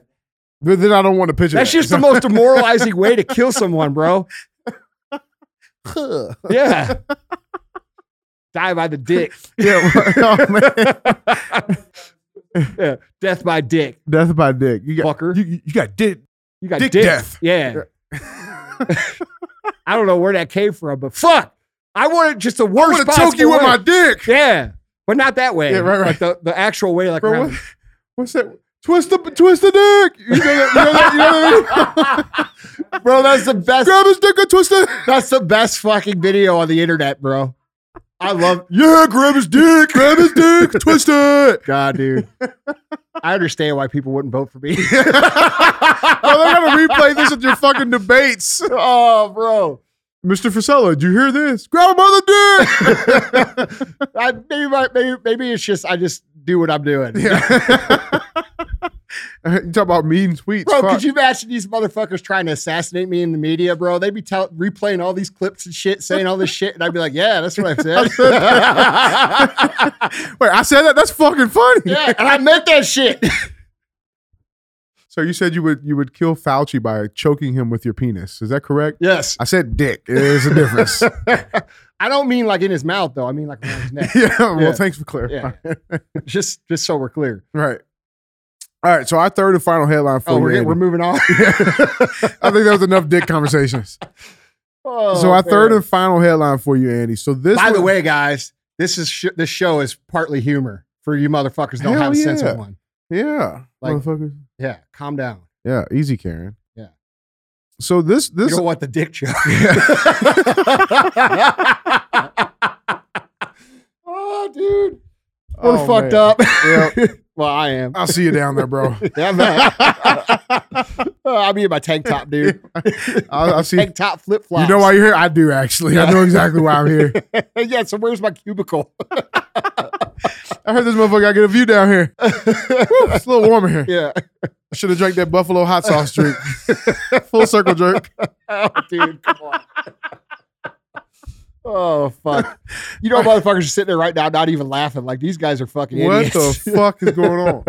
Speaker 3: but then I don't want to picture.
Speaker 2: That's
Speaker 3: that.
Speaker 2: just the most demoralizing way to kill someone, bro. Yeah. Die by the dick.
Speaker 3: yeah. well, oh, man.
Speaker 2: Yeah. Death by dick,
Speaker 3: Death by dick. You got
Speaker 2: fucker.
Speaker 3: you, you you got dick.
Speaker 2: You got
Speaker 3: Dick
Speaker 2: dick,
Speaker 3: death.
Speaker 2: Yeah. I don't know where that came from, but fuck. I wanted just the worst
Speaker 3: I'm gonna choke you
Speaker 2: possible
Speaker 3: with
Speaker 2: way.
Speaker 3: my dick.
Speaker 2: Yeah. But not that way.
Speaker 3: Yeah, right, right.
Speaker 2: Like the, the actual way, like
Speaker 3: Bro,
Speaker 2: around-
Speaker 3: what, what's that? Twist the twist the dick. You know that, you know that, you know that?
Speaker 2: Bro, that's the best
Speaker 3: Grab his dick and twist it.
Speaker 2: that's the best fucking video on the internet, bro. I love
Speaker 3: Yeah, grab his dick. Grab his dick. twist it.
Speaker 2: God, dude. I understand why people wouldn't vote for me.
Speaker 3: Bro, they're gonna replay this at your fucking debates. Uh,
Speaker 2: oh, bro.
Speaker 3: Mr. Frisella, did you hear this? Grab another dick.
Speaker 2: I, maybe, my, maybe maybe it's just I just do what I'm doing.
Speaker 3: yeah. you talk about mean tweets.
Speaker 2: Bro,
Speaker 3: Fuck.
Speaker 2: could you imagine these motherfuckers trying to assassinate me in the media, bro? They'd be tell- replaying all these clips and shit, saying all this shit, and I'd be like, "Yeah, that's what I said."
Speaker 3: Wait, I said that. That's fucking funny.
Speaker 2: yeah, and I meant that shit.
Speaker 3: So you said you would you would kill Fauci by choking him with your penis. Is that correct?
Speaker 2: Yes,
Speaker 3: I said dick. There's a difference.
Speaker 2: I don't mean like in his mouth though. I mean like around his neck.
Speaker 3: yeah. Well,
Speaker 2: Yeah.
Speaker 3: thanks for clarifying.
Speaker 2: just, just so we're clear.
Speaker 3: Right. All right. So our third and final headline for
Speaker 2: Oh,
Speaker 3: you.
Speaker 2: we're, getting,
Speaker 3: Andy.
Speaker 2: we're moving on.
Speaker 3: I think that was enough dick conversations.
Speaker 2: Oh,
Speaker 3: so our third
Speaker 2: man.
Speaker 3: and final headline for you, Andy. So this.
Speaker 2: By the
Speaker 3: one-
Speaker 2: way, guys, this is sh- this show is partly humor for you motherfuckers. Don't
Speaker 3: Hell
Speaker 2: have a sense
Speaker 3: yeah.
Speaker 2: of one.
Speaker 3: Yeah.
Speaker 2: Like-
Speaker 3: motherfuckers.
Speaker 2: Yeah, calm down.
Speaker 3: Yeah. Easy, Karen.
Speaker 2: Yeah.
Speaker 3: So this this
Speaker 2: you don't want the dick joke. oh, dude. We're
Speaker 3: Oh,
Speaker 2: fucked
Speaker 3: man.
Speaker 2: up.
Speaker 3: Yeah.
Speaker 2: well, I am.
Speaker 3: I'll see you down there, bro.
Speaker 2: Yeah, man. Oh, I'll be in my tank top, dude.
Speaker 3: I'll, I'll see.
Speaker 2: Tank top flip flops.
Speaker 3: You know why you're here? I do actually. I know exactly why I'm here.
Speaker 2: yeah, so where's my cubicle?
Speaker 3: I heard this motherfucker. I get a view down here. Woo, it's a little warmer here.
Speaker 2: yeah.
Speaker 3: I should have drank that buffalo hot sauce drink. Full circle jerk.
Speaker 2: Oh, dude, come on. oh, fuck. You know, motherfuckers are sitting there right now, not even laughing. Like, these guys are fucking
Speaker 3: What
Speaker 2: idiots.
Speaker 3: the fuck is going on?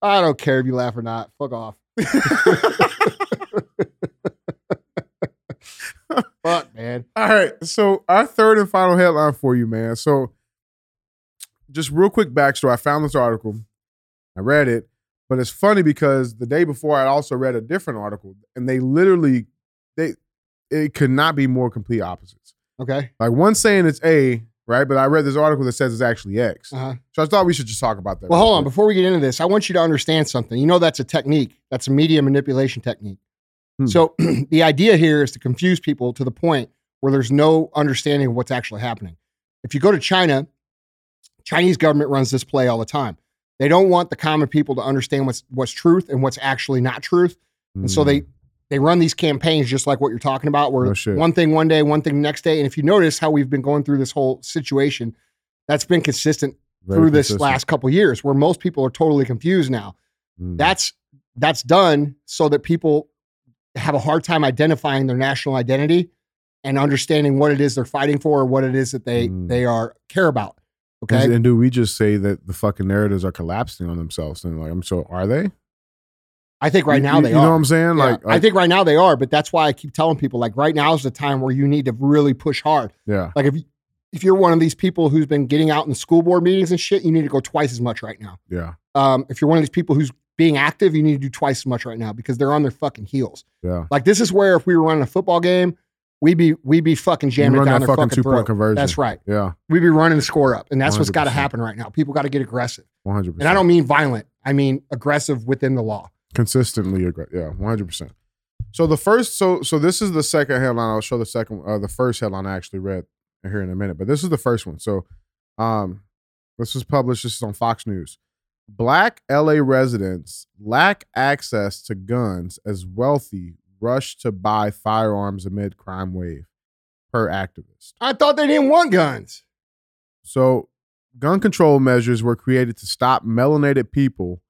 Speaker 2: I don't care if you laugh or not. Fuck off. Fuck, man.
Speaker 3: All right. So our third and final headline for you, man. So just real quick backstory. I found this article. I read it, but it's funny because the day before I also read a different article, and they literally they it could not be more complete opposites.
Speaker 2: Okay.
Speaker 3: Like one saying it's A, right? But I read this article that says it's actually X.
Speaker 2: Uh-huh.
Speaker 3: So I thought we should just talk about that.
Speaker 2: Well,
Speaker 3: real
Speaker 2: hold on.
Speaker 3: quick.
Speaker 2: Before we get into this, I want you to understand something. You know, that's a technique, that's a media manipulation technique.
Speaker 3: Hmm.
Speaker 2: So, the idea here is to confuse people to the point where there's no understanding of what's actually happening. If you go to China Chinese government runs this play all the time. They don't want the common people to understand what's what's truth and what's actually not truth, and
Speaker 3: Hmm,
Speaker 2: so they they run these campaigns just like what you're talking about, where
Speaker 3: Oh,
Speaker 2: one
Speaker 3: shit.
Speaker 2: thing one day, one thing the next day. And if you notice how we've been going through this whole situation, that's been consistent
Speaker 3: Very
Speaker 2: through this
Speaker 3: consistent.
Speaker 2: last couple years, where most people are totally confused now
Speaker 3: Mm.
Speaker 2: that's that's done so that people have a hard time identifying their national identity and understanding what it is they're fighting for or what it is that they
Speaker 3: Mm.
Speaker 2: they are care about okay
Speaker 3: And, and do we just say that the fucking narratives are collapsing on themselves? And like, I'm so are they
Speaker 2: i think right
Speaker 3: You-
Speaker 2: now
Speaker 3: you-
Speaker 2: they
Speaker 3: you
Speaker 2: are
Speaker 3: know what I'm saying?
Speaker 2: Yeah,
Speaker 3: Like,
Speaker 2: i think right now they are but that's why i keep telling people like right now is the time where you need to really push hard
Speaker 3: yeah,
Speaker 2: like if you if you're one of these people who's been getting out in school board meetings and shit you need to go twice as much right now
Speaker 3: yeah,
Speaker 2: um, if you're one of these people who's being active you need to do twice as much right now because they're on their fucking heels
Speaker 3: yeah.
Speaker 2: Like this is where if we were running a football game, we'd be we'd be fucking jamming
Speaker 3: run
Speaker 2: down
Speaker 3: that
Speaker 2: their
Speaker 3: fucking
Speaker 2: fucking
Speaker 3: two
Speaker 2: throat.
Speaker 3: point conversion.
Speaker 2: That's right.
Speaker 3: Yeah,
Speaker 2: We'd be running the score up, and that's what's got to
Speaker 3: 100%.
Speaker 2: happen right now. People got to get aggressive,
Speaker 3: 100. percent
Speaker 2: and I don't mean violent. I mean aggressive within the law.
Speaker 3: consistently aggra- yeah 100% so the first so so this is the second headline i'll show the second uh, the first headline i actually read here in a minute but this is the first one so um this was published this is on fox news black la residents lack access to guns as wealthy rush to buy firearms amid crime wave per activist
Speaker 2: I thought they didn't want guns.
Speaker 3: so, gun control measures were created to stop melanated people,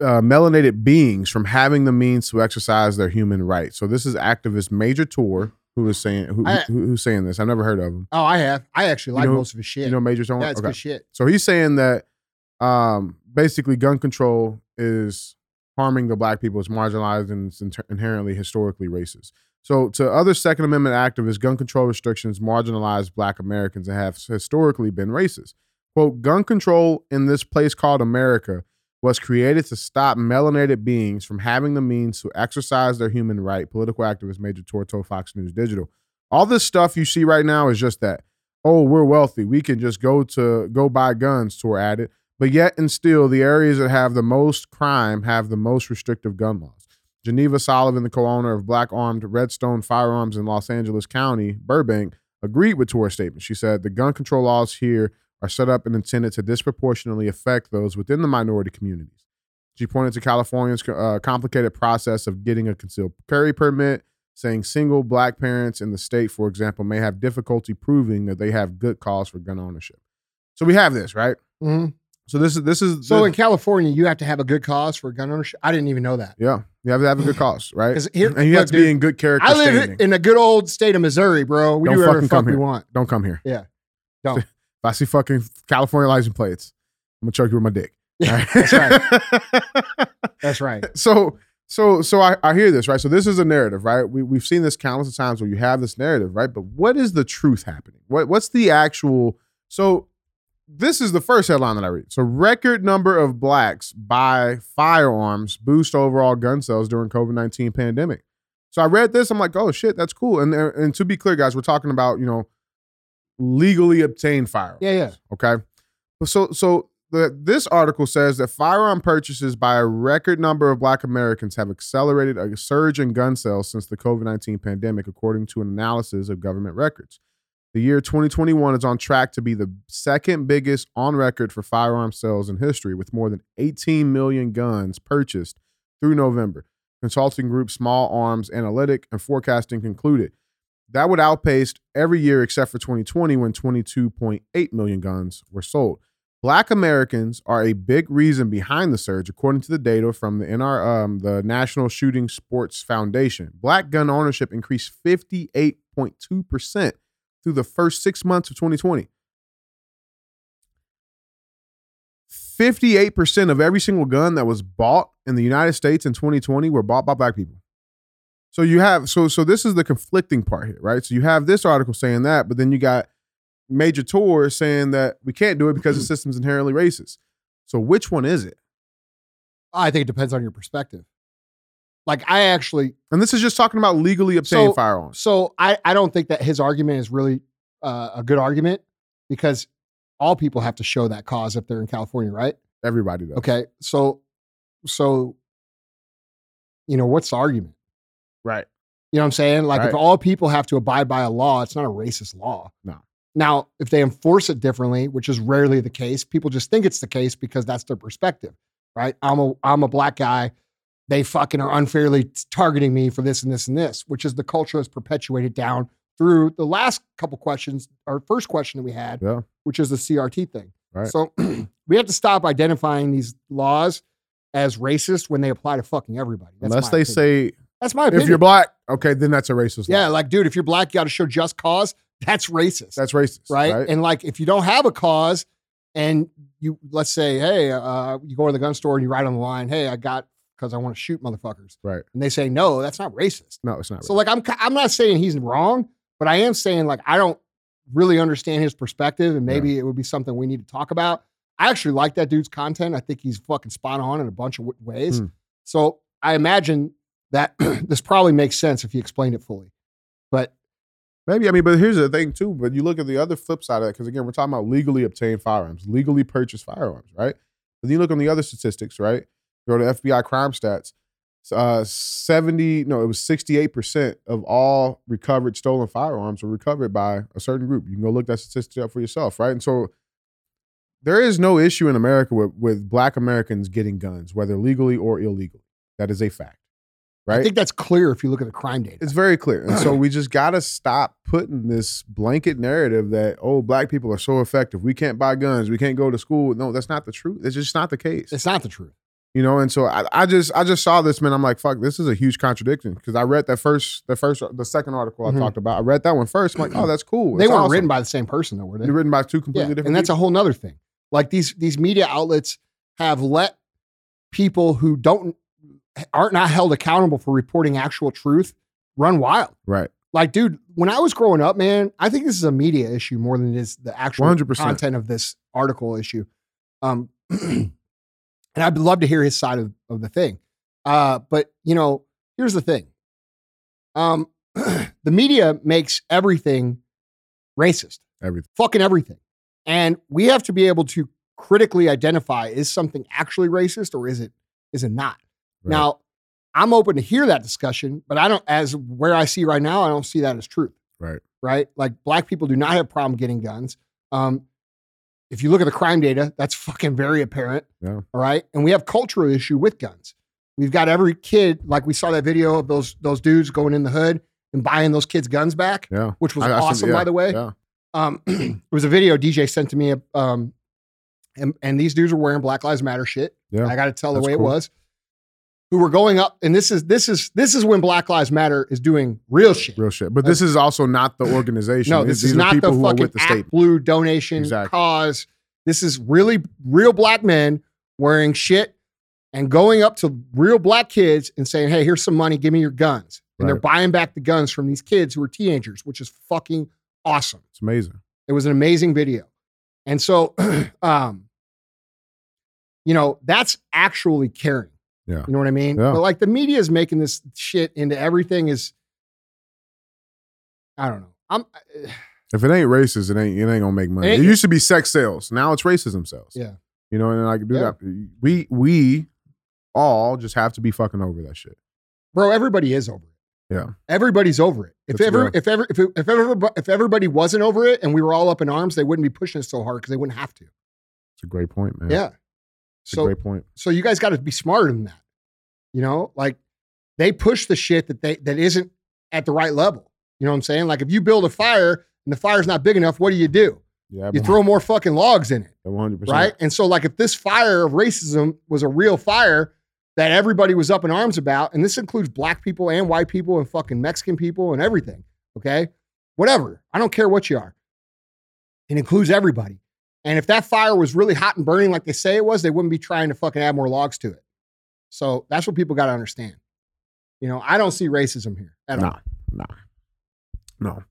Speaker 3: uh, melanated beings, from having the means to exercise their human rights. So, this is activist Major Tor who is saying who,
Speaker 2: I-
Speaker 3: who- who's saying this. I've never heard of him.
Speaker 2: Oh, I have. I actually
Speaker 3: You
Speaker 2: like
Speaker 3: know-
Speaker 2: most of his shit.
Speaker 3: You know Major Tor?
Speaker 2: that's
Speaker 3: Okay.
Speaker 2: good shit.
Speaker 3: So he's saying that um, basically gun control is harming the black people. It's marginalized and it's inter- inherently historically racist. So to other Second Amendment activists, gun control restrictions marginalize black Americans and have historically been racist. Quote, gun control in this place called America was created to stop melanated beings from having the means to exercise their human right, political activist Major Torto, Fox News Digital. All this stuff you see right now is just that oh, we're wealthy. We can just go to go buy guns to at it. But yet and still, the areas that have the most crime have the most restrictive gun laws. Geneva Sullivan, the co-owner of Black Armed Redstone Firearms in Los Angeles County, Burbank, agreed with Torah's statement. She said the gun control laws here are set up and intended to disproportionately affect those within the minority communities. She pointed to California's uh, complicated process of getting a concealed carry permit, saying single black parents in the state, for example, may have difficulty proving that they have good cause for gun ownership. So we have this, right?
Speaker 2: Mhm.
Speaker 3: So this is this is
Speaker 2: So
Speaker 3: this-
Speaker 2: in California, you have to have a good cause for gun ownership. I didn't even know that.
Speaker 3: yeah, you have to have a good cause, right?
Speaker 2: 'Cause here-
Speaker 3: and you have
Speaker 2: look,
Speaker 3: to be
Speaker 2: dude,
Speaker 3: in good character.
Speaker 2: I live
Speaker 3: standing.
Speaker 2: in a good old state of Missouri, bro. We
Speaker 3: Don't
Speaker 2: do whatever the
Speaker 3: fucking
Speaker 2: fuck
Speaker 3: come
Speaker 2: we
Speaker 3: here.
Speaker 2: want.
Speaker 3: Don't come here.
Speaker 2: Yeah. Don't.
Speaker 3: If I see fucking California license plates, I'm gonna choke you with my dick.
Speaker 2: Yeah,
Speaker 3: All
Speaker 2: that's
Speaker 3: right.
Speaker 2: That's right.
Speaker 3: so so so I, I hear this right so this is a narrative right we, we've seen this countless of times where you have this narrative right but what is the truth happening what what's the actual so this is the first headline that i read so record number of blacks buy firearms boost overall gun sales during covid-19 pandemic so i read this i'm like oh shit that's cool and there- and to be clear guys we're talking about you know legally obtained firearms
Speaker 2: Yeah, yeah.
Speaker 3: Okay. So so the, this article says that firearm purchases by a record number of black Americans have accelerated a surge in gun sales since the COVID-19 pandemic according to an analysis of government records. The year 2021 is on track to be the second biggest on record for firearm sales in history with more than 18 million guns purchased through November. Consulting group Small Arms Analytic and Forecasting concluded that would outpace every year except for 2020 when 22.8 million guns were sold. Black Americans are a big reason behind the surge, according to the data from the NR, um, the National Shooting Sports Foundation. Black gun ownership increased 58.2% through the first six months of 2020. 58% of every single gun that was bought in the United States in 2020 were bought by black people. So you have so so this is the conflicting part here, right? So you have this article saying that, but then you got Major Tour saying that we can't do it because the system's inherently racist. So which one is it?
Speaker 2: I think it depends on your perspective. Like I actually
Speaker 3: And this is just talking about legally obtained
Speaker 2: So-
Speaker 3: firearms.
Speaker 2: So I, I don't think that his argument is really uh, a good argument because all people have to show that cause if they're in California, right?
Speaker 3: Everybody does.
Speaker 2: Okay. So, so, you know, what's the argument?
Speaker 3: Right.
Speaker 2: You know what I'm saying? Like, if
Speaker 3: Right.
Speaker 2: all people have to abide by a law, it's not a racist law.
Speaker 3: No.
Speaker 2: Now, if they enforce it differently, which is rarely the case, people just think it's the case because that's their perspective, right? I'm a I'm a black guy. They fucking are unfairly targeting me for this and this and this, which is the culture that's perpetuated down through the last couple questions, our first question that we had,
Speaker 3: Yeah.
Speaker 2: which is the CRT thing.
Speaker 3: Right.
Speaker 2: So we have to stop identifying these laws as racist when they apply to fucking everybody. That's
Speaker 3: Unless
Speaker 2: my
Speaker 3: they
Speaker 2: opinion.
Speaker 3: say
Speaker 2: that's my
Speaker 3: if
Speaker 2: opinion.
Speaker 3: you're black, okay, then that's a racist. law.
Speaker 2: yeah, like dude, if you're black, you got to show just cause. That's racist
Speaker 3: that's racist,
Speaker 2: right?
Speaker 3: right?
Speaker 2: And like, if you don't have a cause, and you let's say, hey, uh, you go to the gun store and you write on the line, hey, I got because I want to shoot motherfuckers,
Speaker 3: Right.
Speaker 2: And they say, no, that's not racist.
Speaker 3: no, it's not.
Speaker 2: So like, I'm ki- I'm not saying he's wrong, but I am saying like I don't really understand his perspective, and maybe it would be something we need to talk about. I actually like that dude's content. I think he's fucking spot on in a bunch of w- ways.
Speaker 3: Hmm.
Speaker 2: So I imagine that this probably makes sense if he explained it fully. But
Speaker 3: Maybe I mean, but here's the thing too. But you look at the other flip side of that because again, we're talking about legally obtained firearms, legally purchased firearms, right? But then you look on the other statistics, right? Go to FBI crime stats. Uh, seventy, no, it was sixty-eight percent of all recovered stolen firearms were recovered by a certain group. You can go look that statistic up for yourself, right? And so there is no issue in America with, with Black Americans getting guns, whether legally or illegally. That is a fact, right?
Speaker 2: I think that's clear if you look at the crime data.
Speaker 3: It's very clear. And so we just got to stop putting this blanket narrative that, oh, black people are so effective. We can't buy guns. We can't go to school. No, that's not the truth. It's just not the case.
Speaker 2: it's not the truth.
Speaker 3: You know, and so I, I just I just saw this man. I'm like, fuck, this is a huge contradiction. Because I read that first the first the second article
Speaker 2: Mhm.
Speaker 3: I talked about. I read that one first. I'm like, oh, that's cool.
Speaker 2: they
Speaker 3: That's
Speaker 2: weren't
Speaker 3: awesome.
Speaker 2: written by the same person though were they
Speaker 3: They're written by two completely
Speaker 2: yeah.
Speaker 3: different
Speaker 2: and that's a
Speaker 3: people.
Speaker 2: whole nother thing like these these media outlets have let people who don't aren't not held accountable for reporting actual truth run wild
Speaker 3: right.
Speaker 2: like dude when i was growing up man i think this is a media issue more than it is the actual
Speaker 3: 100%.
Speaker 2: content of this article issue um and i'd love to hear his side of, of the thing uh but you know here's the thing um the media makes everything racist
Speaker 3: Everything.
Speaker 2: fucking everything. And we have to be able to critically identify is something actually racist or is it is it not?
Speaker 3: Right.
Speaker 2: Now, I'm open to hear that discussion, but I don't as where I see right now, I don't see that as truth.
Speaker 3: Right.
Speaker 2: Right? Like black people do not have problem getting guns. Um if you look at the crime data, that's fucking very apparent.
Speaker 3: Yeah.
Speaker 2: All right. And we have cultural issue with guns. We've got every kid, like we saw that video of those those dudes going in the hood and buying those kids' guns back,
Speaker 3: Yeah.
Speaker 2: which was
Speaker 3: I- I see-
Speaker 2: awesome,
Speaker 3: yeah,
Speaker 2: by the way.
Speaker 3: Yeah.
Speaker 2: Um, it was a video DJ sent to me. Um, and, and these dudes were wearing Black Lives Matter shit.
Speaker 3: Yeah,
Speaker 2: I got to tell the
Speaker 3: that's
Speaker 2: way
Speaker 3: cool.
Speaker 2: it was. Who were going up, and this is this is this is when Black Lives Matter is doing real shit.
Speaker 3: Real shit. But this is also not the organization.
Speaker 2: no, this
Speaker 3: These- these
Speaker 2: is
Speaker 3: are
Speaker 2: not the
Speaker 3: people who are
Speaker 2: fucking
Speaker 3: with the
Speaker 2: Act
Speaker 3: state.
Speaker 2: Blue donation
Speaker 3: Exactly.
Speaker 2: cause. This is really real black men wearing shit and going up to real black kids and saying, "Hey, here's some money. Give me your guns." And they're
Speaker 3: Right.
Speaker 2: buying back the guns from these kids who are teenagers, which is fucking awesome.
Speaker 3: It's amazing.
Speaker 2: It was an amazing video. And so, um, you know, that's actually caring.
Speaker 3: Yeah.
Speaker 2: You know what I mean?
Speaker 3: Yeah.
Speaker 2: But like the media is making this shit into everything is, I don't know. I'm,
Speaker 3: If it ain't racist, it ain't it ain't gonna make money.
Speaker 2: It
Speaker 3: It,
Speaker 2: ain't-
Speaker 3: used to be sex sales. Now it's racism sales.
Speaker 2: Yeah.
Speaker 3: You know, and I can do
Speaker 2: Yeah.
Speaker 3: that. We we all just have to be fucking over that shit.
Speaker 2: bro, everybody is over it.
Speaker 3: Yeah.
Speaker 2: Everybody's over it. If
Speaker 3: That's
Speaker 2: ever,
Speaker 3: real.
Speaker 2: if ever, if, if ever, if everybody wasn't over it and we were all up in arms, they wouldn't be pushing it so hard because they wouldn't have to.
Speaker 3: It's a great point, man.
Speaker 2: Yeah.
Speaker 3: It's a great point.
Speaker 2: so you guys got to be smarter than that you know like they push the shit that they that isn't at the right level you know what i'm saying like if you build a fire and the fire's not big enough what do you do
Speaker 3: Yeah,
Speaker 2: you throw more fucking logs in it
Speaker 3: one hundred percent.
Speaker 2: right and so like if this fire of racism was a real fire that everybody was up in arms about and this includes black people and white people and fucking mexican people and everything okay whatever i don't care what you are it includes everybody and if that fire was really hot and burning like they say it was, they wouldn't be trying to fucking add more logs to it. So that's what people got to understand. You know, I don't see racism here at
Speaker 3: Nah,
Speaker 2: all.
Speaker 3: nah, no.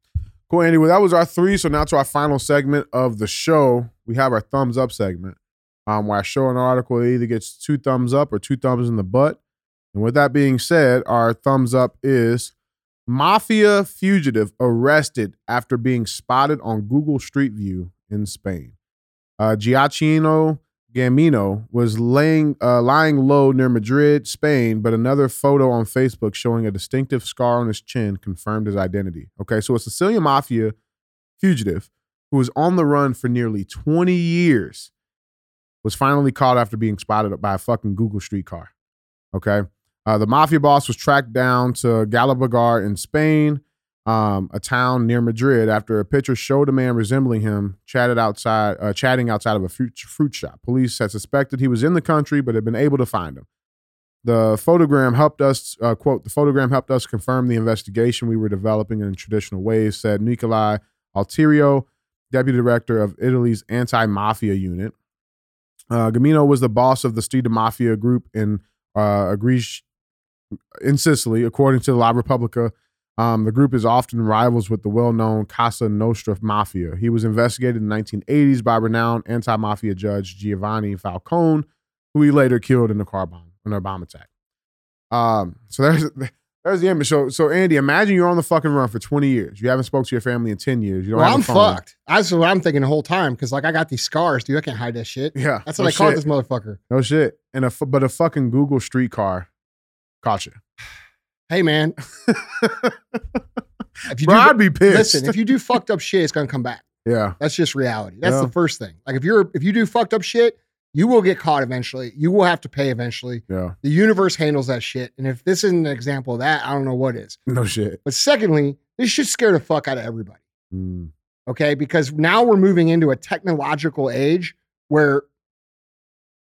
Speaker 3: Cool, Andy. Well, that was our three. So now to our final segment of the show, we have our thumbs up segment, um, where I show an article that either gets two thumbs up or two thumbs in the butt. And with that being said, our thumbs up is mafia fugitive arrested after being spotted on Google Street View in Spain. Uh, Giacchino Gambino was laying uh, lying low near Madrid, Spain, but another photo on Facebook showing a distinctive scar on his chin confirmed his identity. Okay, so a Sicilian mafia fugitive who was on the run for nearly 20 years, was finally caught after being spotted by a fucking Google streetcar. Okay. Uh, the mafia boss was tracked down to Galabagar in Spain, um, a town near Madrid, after a picture showed a man resembling him chatted outside, uh, chatting outside of a fruit, fruit shop. Police had suspected he was in the country, but had been able to find him. The photogram helped us, uh, quote, the photogram helped us confirm the investigation we were developing in traditional ways, said Nicolai Alterio, deputy director of Italy's anti mafia unit. Uh, Gamino was the boss of the Strida Mafia group in uh, Agrigi- in Sicily, according to La Repubblica. Um, the group is often rivals with the well-known Casa Nostra Mafia. He was investigated in the 1980s by renowned anti-mafia judge Giovanni Falcone, who he later killed in a car bomb, an Obama attack. Um, so there's there's the image. So so Andy, imagine you're on the fucking run for 20 years. You haven't spoke to your family in 10 years. You don't
Speaker 2: well,
Speaker 3: have
Speaker 2: I'm
Speaker 3: a phone.
Speaker 2: fucked. That's what I'm thinking the whole time because like I got these scars, dude. I can't hide that shit.
Speaker 3: Yeah,
Speaker 2: That's
Speaker 3: no
Speaker 2: what I caught
Speaker 3: Oh, shit.
Speaker 2: this motherfucker.
Speaker 3: No shit. And a fu- but a fucking Google streetcar caught you.
Speaker 2: Hey man, if you
Speaker 3: Bro,
Speaker 2: do,
Speaker 3: I'd be pissed.
Speaker 2: listen, if you do fucked up shit, it's gonna come back.
Speaker 3: yeah,
Speaker 2: That's just reality. That's
Speaker 3: Yeah.
Speaker 2: the first thing. Like if you're if you do fucked up shit, you will get caught eventually. You will have to pay eventually.
Speaker 3: yeah.
Speaker 2: The universe handles that shit. And if this isn't an example of that, I don't know what is.
Speaker 3: No shit.
Speaker 2: But secondly, this should scare the fuck out of everybody.
Speaker 3: Mm,
Speaker 2: Okay. Because now we're moving into a technological age where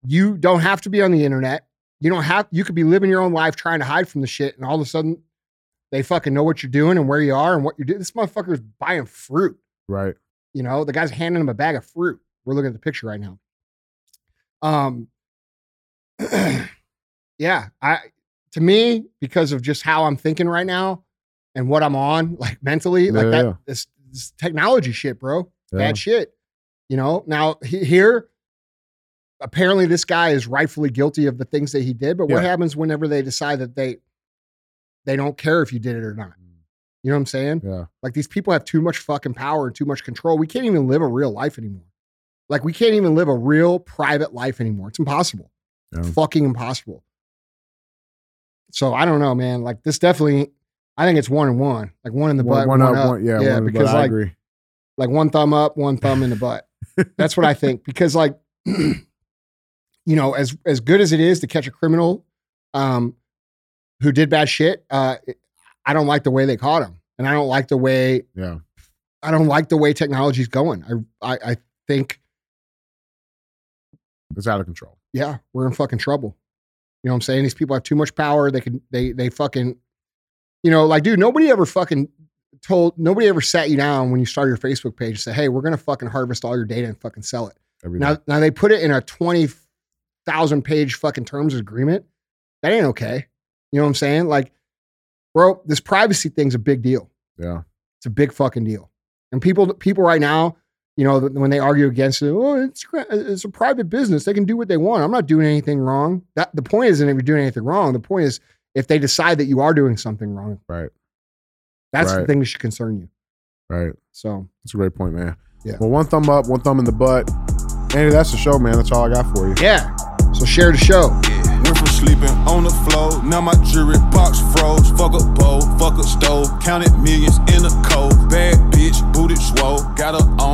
Speaker 2: you don't have to be on the internet. You don't have, you could be living your own life trying to hide from the shit. And all of a sudden they fucking know what you're doing and where you are and what you're doing. This motherfucker is buying fruit.
Speaker 3: right.
Speaker 2: You know, the guy's handing him a bag of fruit. We're looking at the picture right now. Um, yeah, I to me because of just how I'm thinking right now and what I'm on, like mentally, like
Speaker 3: Yeah,
Speaker 2: that
Speaker 3: yeah.
Speaker 2: this, this technology shit, bro,
Speaker 3: Yeah.
Speaker 2: bad shit. You know, now he, here, apparently this guy is rightfully guilty of the things that he did. But what
Speaker 3: Yeah.
Speaker 2: happens whenever they decide that they they don't care if you did it or not? You know what I'm saying?
Speaker 3: Mm. Yeah.
Speaker 2: Like these people have too much fucking power and too much control. We can't even live a real life anymore. Like we can't even live a real private life anymore. It's impossible.
Speaker 3: Yeah.
Speaker 2: Fucking impossible. So I don't know, man. Like this definitely, I think it's one and one. Like one in the butt, one, up.
Speaker 3: one- yeah, one,
Speaker 2: because
Speaker 3: but I
Speaker 2: like
Speaker 3: agree.
Speaker 2: like one thumb up, one thumb in the butt. That's what I think because like you know, as as good as it is to catch a criminal um who did bad shit, uh I don't like the way they caught him. And I don't like the way
Speaker 3: Yeah.
Speaker 2: I don't like the way technology's going. I I I think
Speaker 3: It's out of control.
Speaker 2: yeah, we're in fucking trouble. You know what I'm saying? These people have too much power. They can they they fucking you know, like dude, nobody ever fucking told nobody ever sat you down when you started your Facebook page and said, "Hey, we're going to fucking harvest all your data and fucking sell it."
Speaker 3: Everything.
Speaker 2: Now, now they put it in a 20,000 page fucking terms of agreement. That ain't okay. You know what I'm saying? Like, bro, this privacy thing's a big deal.
Speaker 3: yeah.
Speaker 2: It's a big fucking deal. And people, people right now, you know, th- when they argue against it, oh, it's, cri- it's a private business. They can do what they want. I'm not doing anything wrong. That, the point isn't if you're doing anything wrong. The point is if they decide that you are doing something wrong.
Speaker 3: Right.
Speaker 2: That's the
Speaker 3: Right.
Speaker 2: thing that should concern you.
Speaker 3: Right.
Speaker 2: So
Speaker 3: That's a great point, man.
Speaker 2: Yeah.
Speaker 3: Well, one thumb up, one thumb in the butt. Andy, that's the show, man. That's all I got for you.
Speaker 2: yeah. So share the show.
Speaker 1: Went from sleeping on the floor, now my jewelry box froze. Fuck a bowl, fuck a stove, counted millions in a cold. Bad bitch, booted swole, got her on